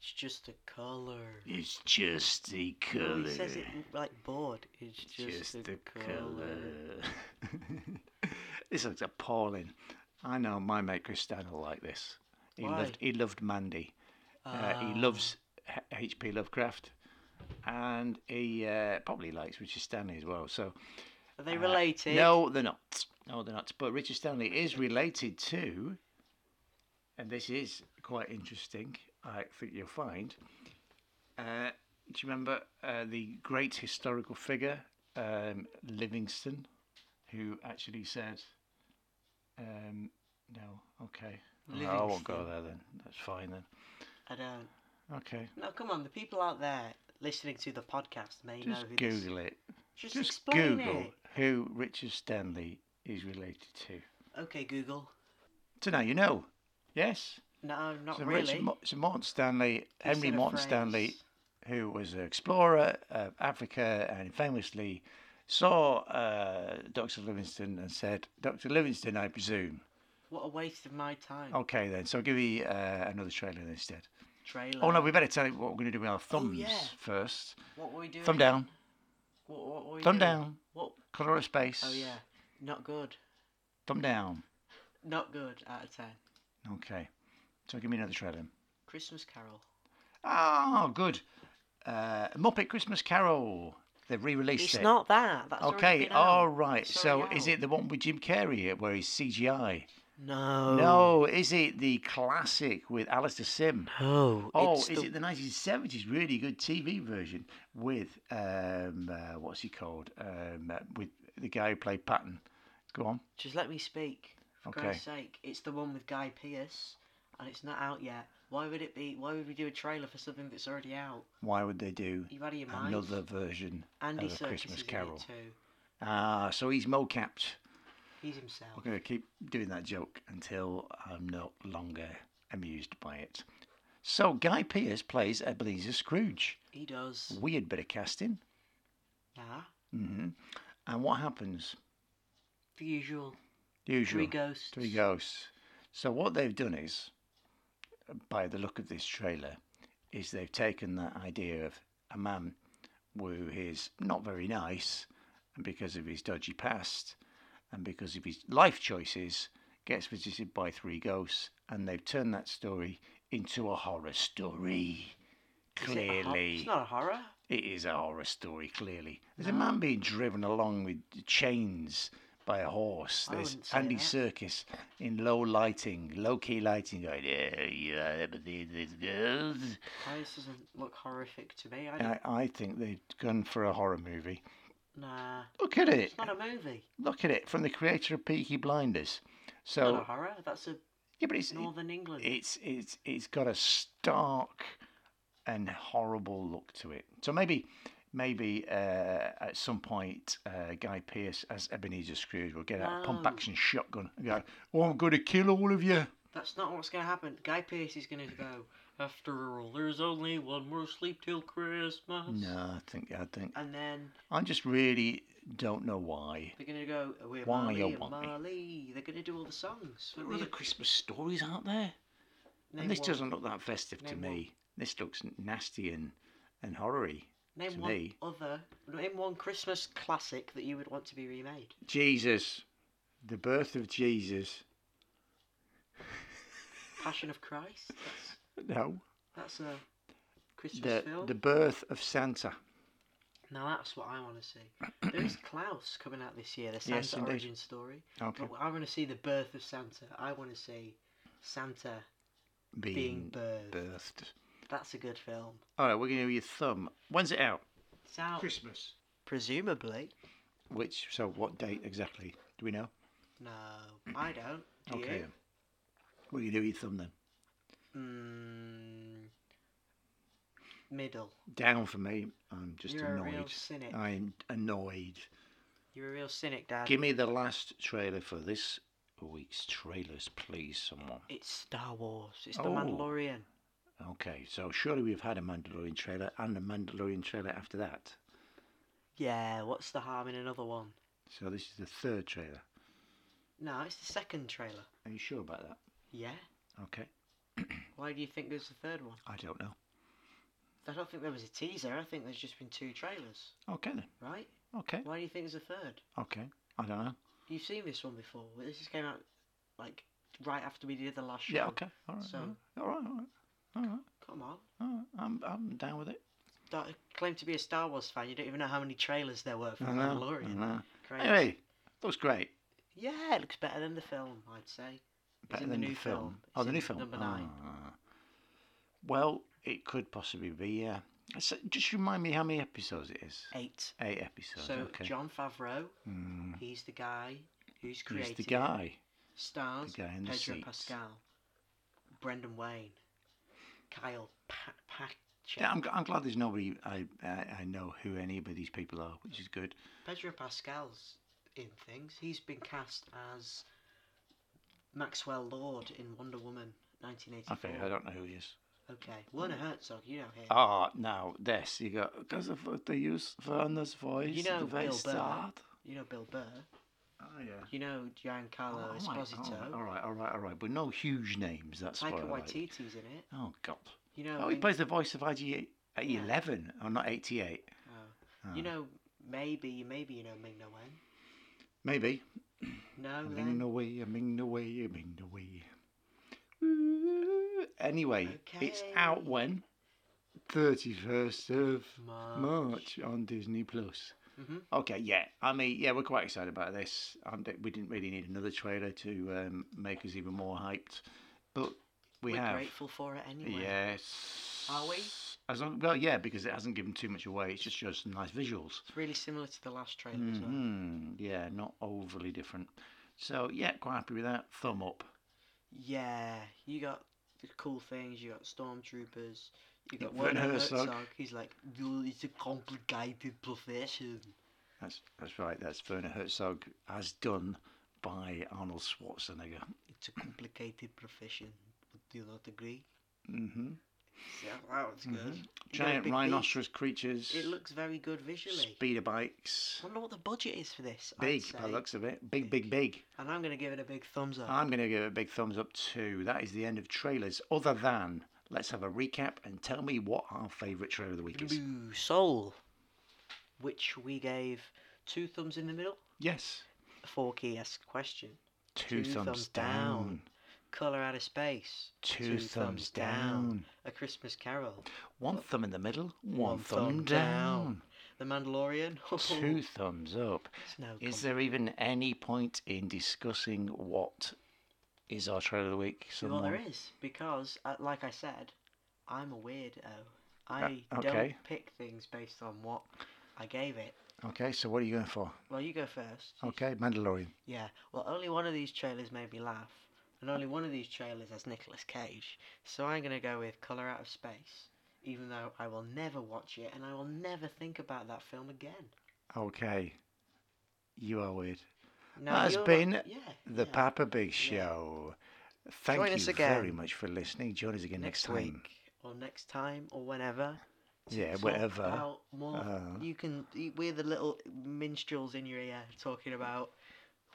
S4: It's just a color.
S2: It's just the
S4: Well,
S2: colour.
S4: he says it like bored. It's just,
S2: just
S4: the,
S2: the
S4: color.
S2: colour. [laughs] this looks appalling. I know my mate Chris Stan will like this. He
S4: Why? Ah.
S2: loved he loved Mandy. Uh, he loves H- H.P. Lovecraft, and he uh, probably likes Richard Stanley as well. So
S4: Are they
S2: uh,
S4: related?
S2: no, they're not. No, they're not. But Richard Stanley is related to, and this is quite interesting. I think you'll find. Uh, do you remember uh, the great historical figure um, Livingston, who actually said, um, "No, okay, I won't go
S4: Livingston.
S2: there then. That's fine then.
S4: I don't.
S2: Okay,
S4: No, come on. The people out there listening to the podcast may know
S2: just
S4: who this.
S2: Google it.
S4: Just,
S2: Just
S4: explain
S2: Google
S4: it.
S2: who Richard Stanley is related to."
S4: Okay, Google.
S2: So now you know. Yes.
S4: No, not
S2: so
S4: really.
S2: Richard Mo- so Morton Stanley,
S4: You
S2: Henry
S4: said a
S2: Morton
S4: phrase.
S2: Stanley, who was an explorer of Africa and famously saw uh, Dr. Livingstone and said, Dr. Livingstone, I presume.
S4: What a waste of my time.
S2: Okay, then. So I'll give you uh, another trailer instead.
S4: Trailer.
S2: Oh, no, we better tell you what we're going to do with our thumbs
S4: Oh, yeah.
S2: first.
S4: What were we doing?
S2: Thumb down,
S4: What, what were we
S2: Thumb
S4: doing?
S2: down.
S4: What?
S2: colour of space.
S4: Oh yeah. Not good.
S2: Thumb down.
S4: Not good. Out of ten.
S2: Okay. So give me another trailer.
S4: Christmas Carol.
S2: Ah, good. Uh, Muppet Christmas Carol. They've re-released
S4: It's
S2: it.
S4: not that. That's already
S2: Okay,
S4: been out.
S2: all right.
S4: It's
S2: So
S4: already
S2: is
S4: out.
S2: it the one with Jim Carrey where he's CGI?
S4: No.
S2: No, is it the classic with Alistair Sim?
S4: No.
S2: Oh,
S4: it's
S2: is
S4: the-
S2: it the 1970s really good TV version with um, uh, what's he called? Um, uh, with the guy who played Patton. Go on.
S4: Just let me speak. For
S2: Okay.
S4: Christ's sake, it's the one with Guy Pearce, and it's not out yet. Why would it be? Why would we do a trailer for something that's already out?
S2: Why would they do
S4: You out of your mind?
S2: another version
S4: Andy
S2: of a
S4: Serkis
S2: Christmas
S4: is in
S2: Carol?
S4: it too.
S2: Ah, so he's mocapped.
S4: He's himself.
S2: I'm going to keep doing that joke until I'm no longer amused by it. So Guy Pearce plays Ebenezer Scrooge.
S4: He does.
S2: Weird bit of casting.
S4: Nah,
S2: hmm And what happens?
S4: the usual.
S2: Usual.
S4: Three ghosts.
S2: Three ghosts. So what they've done is, by the look of this trailer, is they've taken that idea of a man who is not very nice, and because of his dodgy past, and because of his life choices, gets visited by three ghosts, and they've turned that story into a horror story.
S4: Is it a hor-
S2: Clearly,
S4: it's not a horror.
S2: it is a horror story, clearly. There's
S4: Oh.
S2: a man being driven along with chains by a horse.
S4: I
S2: There's
S4: wouldn't say
S2: Andy
S4: that.
S2: Circus in low lighting, low key lighting, going, yeah, you are these girls.
S4: Why Oh, this doesn't look horrific to me. I don't,
S2: I, I think they've gone for a horror movie.
S4: nah,
S2: Look at it.
S4: it's not a movie.
S2: Look at it from the creator of Peaky Blinders.
S4: It's not
S2: So,
S4: a horror. That's a
S2: yeah, but it's,
S4: Northern England.
S2: it's, it's, it's got a stark and horrible look to it. So maybe maybe uh, at some point uh, Guy Pearce as Ebenezer Scrooge will get out a pump
S4: No.
S2: action shotgun and go, "Oh, I'm going to kill all of you."
S4: That's not what's going to happen. Guy Pearce is going to go. After all, there's only one more sleep till Christmas.
S2: No, I think I think
S4: And then
S2: I just really don't know why.
S4: they're going to go. "Oh, We're
S2: Why
S4: Marley
S2: you
S4: and
S2: want me?
S4: Marley. They're going to do all the songs.
S2: There
S4: for
S2: are
S4: the-
S2: other Christmas stories out there,
S4: name
S2: and this
S4: one-
S2: doesn't look that festive to
S4: Name
S2: me.
S4: one.
S2: This looks n- nasty and and horror-y.
S4: Name
S2: to
S4: one
S2: me.
S4: other. Name one Christmas classic that you would want to be remade.
S2: Jesus, the birth of Jesus.
S4: Passion of Christ. That's,
S2: No,
S4: that's a Christmas
S2: the
S4: film.
S2: the birth of Santa.
S4: Now that's what I want to see. there is Klaus coming out this year, the Santa
S2: Yes, indeed.
S4: origin story.
S2: Okay,
S4: But I want to see the birth of Santa. I want to see Santa being, birthed.
S2: birthed.
S4: That's a good film.
S2: All right, we're going to do your thumb. When's it out?
S4: It's out
S2: Christmas.
S4: presumably.
S2: Which, so what date exactly? Do we know?
S4: No, I don't. Do
S2: okay.
S4: you?
S2: then. We're going to do your thumb then.
S4: Mm, middle.
S2: Down for me. I'm just
S4: You're a real
S2: annoyed.
S4: cynic.
S2: I'm annoyed.
S4: You're a real cynic, Dad.
S2: Give me the last trailer for this week's trailers, please, someone.
S4: It's Star Wars. It's
S2: Oh.
S4: The Mandalorian.
S2: Okay, so surely we've had a Mandalorian trailer and a Mandalorian trailer after that.
S4: Yeah, what's the harm in another one?
S2: So this is the third trailer.
S4: No, it's the second trailer.
S2: Are you sure about that?
S4: Yeah?
S2: Okay.
S4: Why do you think there's a third one?
S2: I don't know.
S4: I don't think there was a teaser. I think there's just been two trailers,
S2: Okay then.
S4: right?
S2: Okay.
S4: Why do you think there's a third?
S2: Okay. I don't know.
S4: You've seen this one before. Well, This just came out like right after we did the last show.
S2: Yeah, okay. All right.
S4: So-
S2: all right. All right. All right.
S4: Come on.
S2: All right. I'm, I'm down with it.
S4: Don't claim to be a Star Wars fan. You don't even know how many trailers there were for The
S2: I know, I
S4: Mandalorian.
S2: know.
S4: Crazy.
S2: Anyway, looks great.
S4: Yeah, it looks better than the film, I'd say.
S2: Better
S4: in the
S2: than
S4: new
S2: the film.
S4: film.
S2: Oh,
S4: It's
S2: the new
S4: in
S2: film.
S4: number nine.
S2: Ah. Well, it could possibly be. Yeah. So just remind me how many episodes it is.
S4: Eight.
S2: Eight episodes.
S4: So
S2: Ah. okay.
S4: John Favreau,
S2: Mm.
S4: he's the guy who's
S2: He's
S4: created
S2: the
S4: it.
S2: guy.
S4: Stars,
S2: The guy in the
S4: Pedro
S2: seats.
S4: Pascal, Brendan Wayne, Kyle pa- Pacheco.
S2: Yeah, I'm, g- I'm glad there's nobody I, I I know who any of these people are, which is good.
S4: Pedro Pascal's in things. He's been cast as Maxwell Lord in Wonder Woman 1984.
S2: Okay, I don't know who he is.
S4: Okay, Werner Herzog, you know him.
S2: Ah, now this you got because of what they use Werner's voice.
S4: You know
S2: the very
S4: Bill Burr.
S2: start.
S4: You know Bill Burr.
S2: Oh yeah.
S4: You know Giancarlo
S2: Oh,
S4: Esposito.
S2: all right, all right, all right. But no huge names. That's what I
S4: Taika
S2: like.
S4: Waititi's in it.
S2: Oh God.
S4: You know.
S2: Oh, he
S4: in-
S2: plays the voice of IG at
S4: Yeah.
S2: eleven, or not eighty-eight.
S4: oh.
S2: Oh.
S4: You know, maybe, maybe you know Ming Na Wen.
S2: Maybe.
S4: No,
S2: Ming
S4: then.
S2: the way, a ming the way, a ming the way. Ooh. Anyway, it's out
S4: Okay.
S2: when thirty-first of
S4: March.
S2: March on Disney Plus.
S4: Mhm.
S2: Okay, yeah. I mean, yeah, we're quite excited about this. Um, th- we didn't really need another trailer to um, make us even more hyped, but we
S4: We're
S2: have.
S4: grateful for it anyway.
S2: Yes.
S4: Are we?
S2: As long, well, yeah, because it hasn't given too much away. It just shows some nice visuals.
S4: It's really similar to the last trailer as well.
S2: Mhm, Yeah, not overly different. So yeah, quite happy with that. Thumb up.
S4: Yeah, you got the cool things. You got stormtroopers. You got
S2: Werner
S4: Werner
S2: Herzog.
S4: Herzog. He's like, "Yo, it's a complicated profession.
S2: That's that's right. That's Werner Herzog as done by Arnold Schwarzenegger.
S4: It's a complicated profession. Would you not agree?
S2: hmm
S4: Yeah, that was good. You got a
S2: Mm-hmm. Giant
S4: big
S2: rhinoceros creatures.
S4: beak. It looks very good visually.
S2: speeder bikes.
S4: I wonder what the budget is for this. I'd
S2: Big
S4: say.
S2: by the looks of it. Big, Oh. big, big.
S4: And I'm going to give it a big thumbs up.
S2: I'm going to give it a big thumbs up too. That is the end of trailers. Other than, let's have a recap and tell me what our favourite trailer of the week is.
S4: Blue Soul, which we gave two thumbs in the middle.
S2: Yes,
S4: Four key S question.
S2: two, thumbs, down.
S4: Color out of space.
S2: Two, thumbs, down.
S4: A Christmas Carol.
S2: One thumb in the middle. One, thumb,
S4: thumb
S2: down.
S4: down. The Mandalorian. [laughs]
S2: [laughs] Two thumbs up.
S4: It's no
S2: Is
S4: com-
S2: there even any point in discussing what is our trailer of the week?
S4: Well, there
S2: Someone-
S4: is because, uh, like I said, I'm a weirdo. I
S2: Uh, okay.
S4: don't pick things based on what I gave it.
S2: Okay, so what are you going for?
S4: Well, you go first.
S2: Okay, Mandalorian.
S4: Yeah. Well, only one of these trailers made me laugh, and only one of these trailers has Nicolas Cage. So I'm gonna go with Color Out of Space, even though I will never watch it and I will never think about that film again.
S2: Okay, you are weird.
S4: Now,
S2: That's
S4: you're like-
S2: been
S4: yeah,
S2: The
S4: yeah.
S2: Papa Big Show. Thank
S4: Join
S2: you
S4: us
S2: very
S4: again.
S2: much for listening. Join us again next,
S4: next
S2: time.
S4: week or next time or whenever. to
S2: Yeah,
S4: talk
S2: whatever.
S4: about more,
S2: Uh,
S4: you can. y- We're the little minstrels in your ear talking about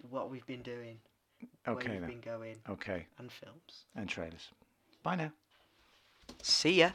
S4: what we've been doing, where
S2: Okay,
S4: we've
S2: then.
S4: been going,
S2: okay,
S4: and films.
S2: and trailers. Bye now.
S4: See ya.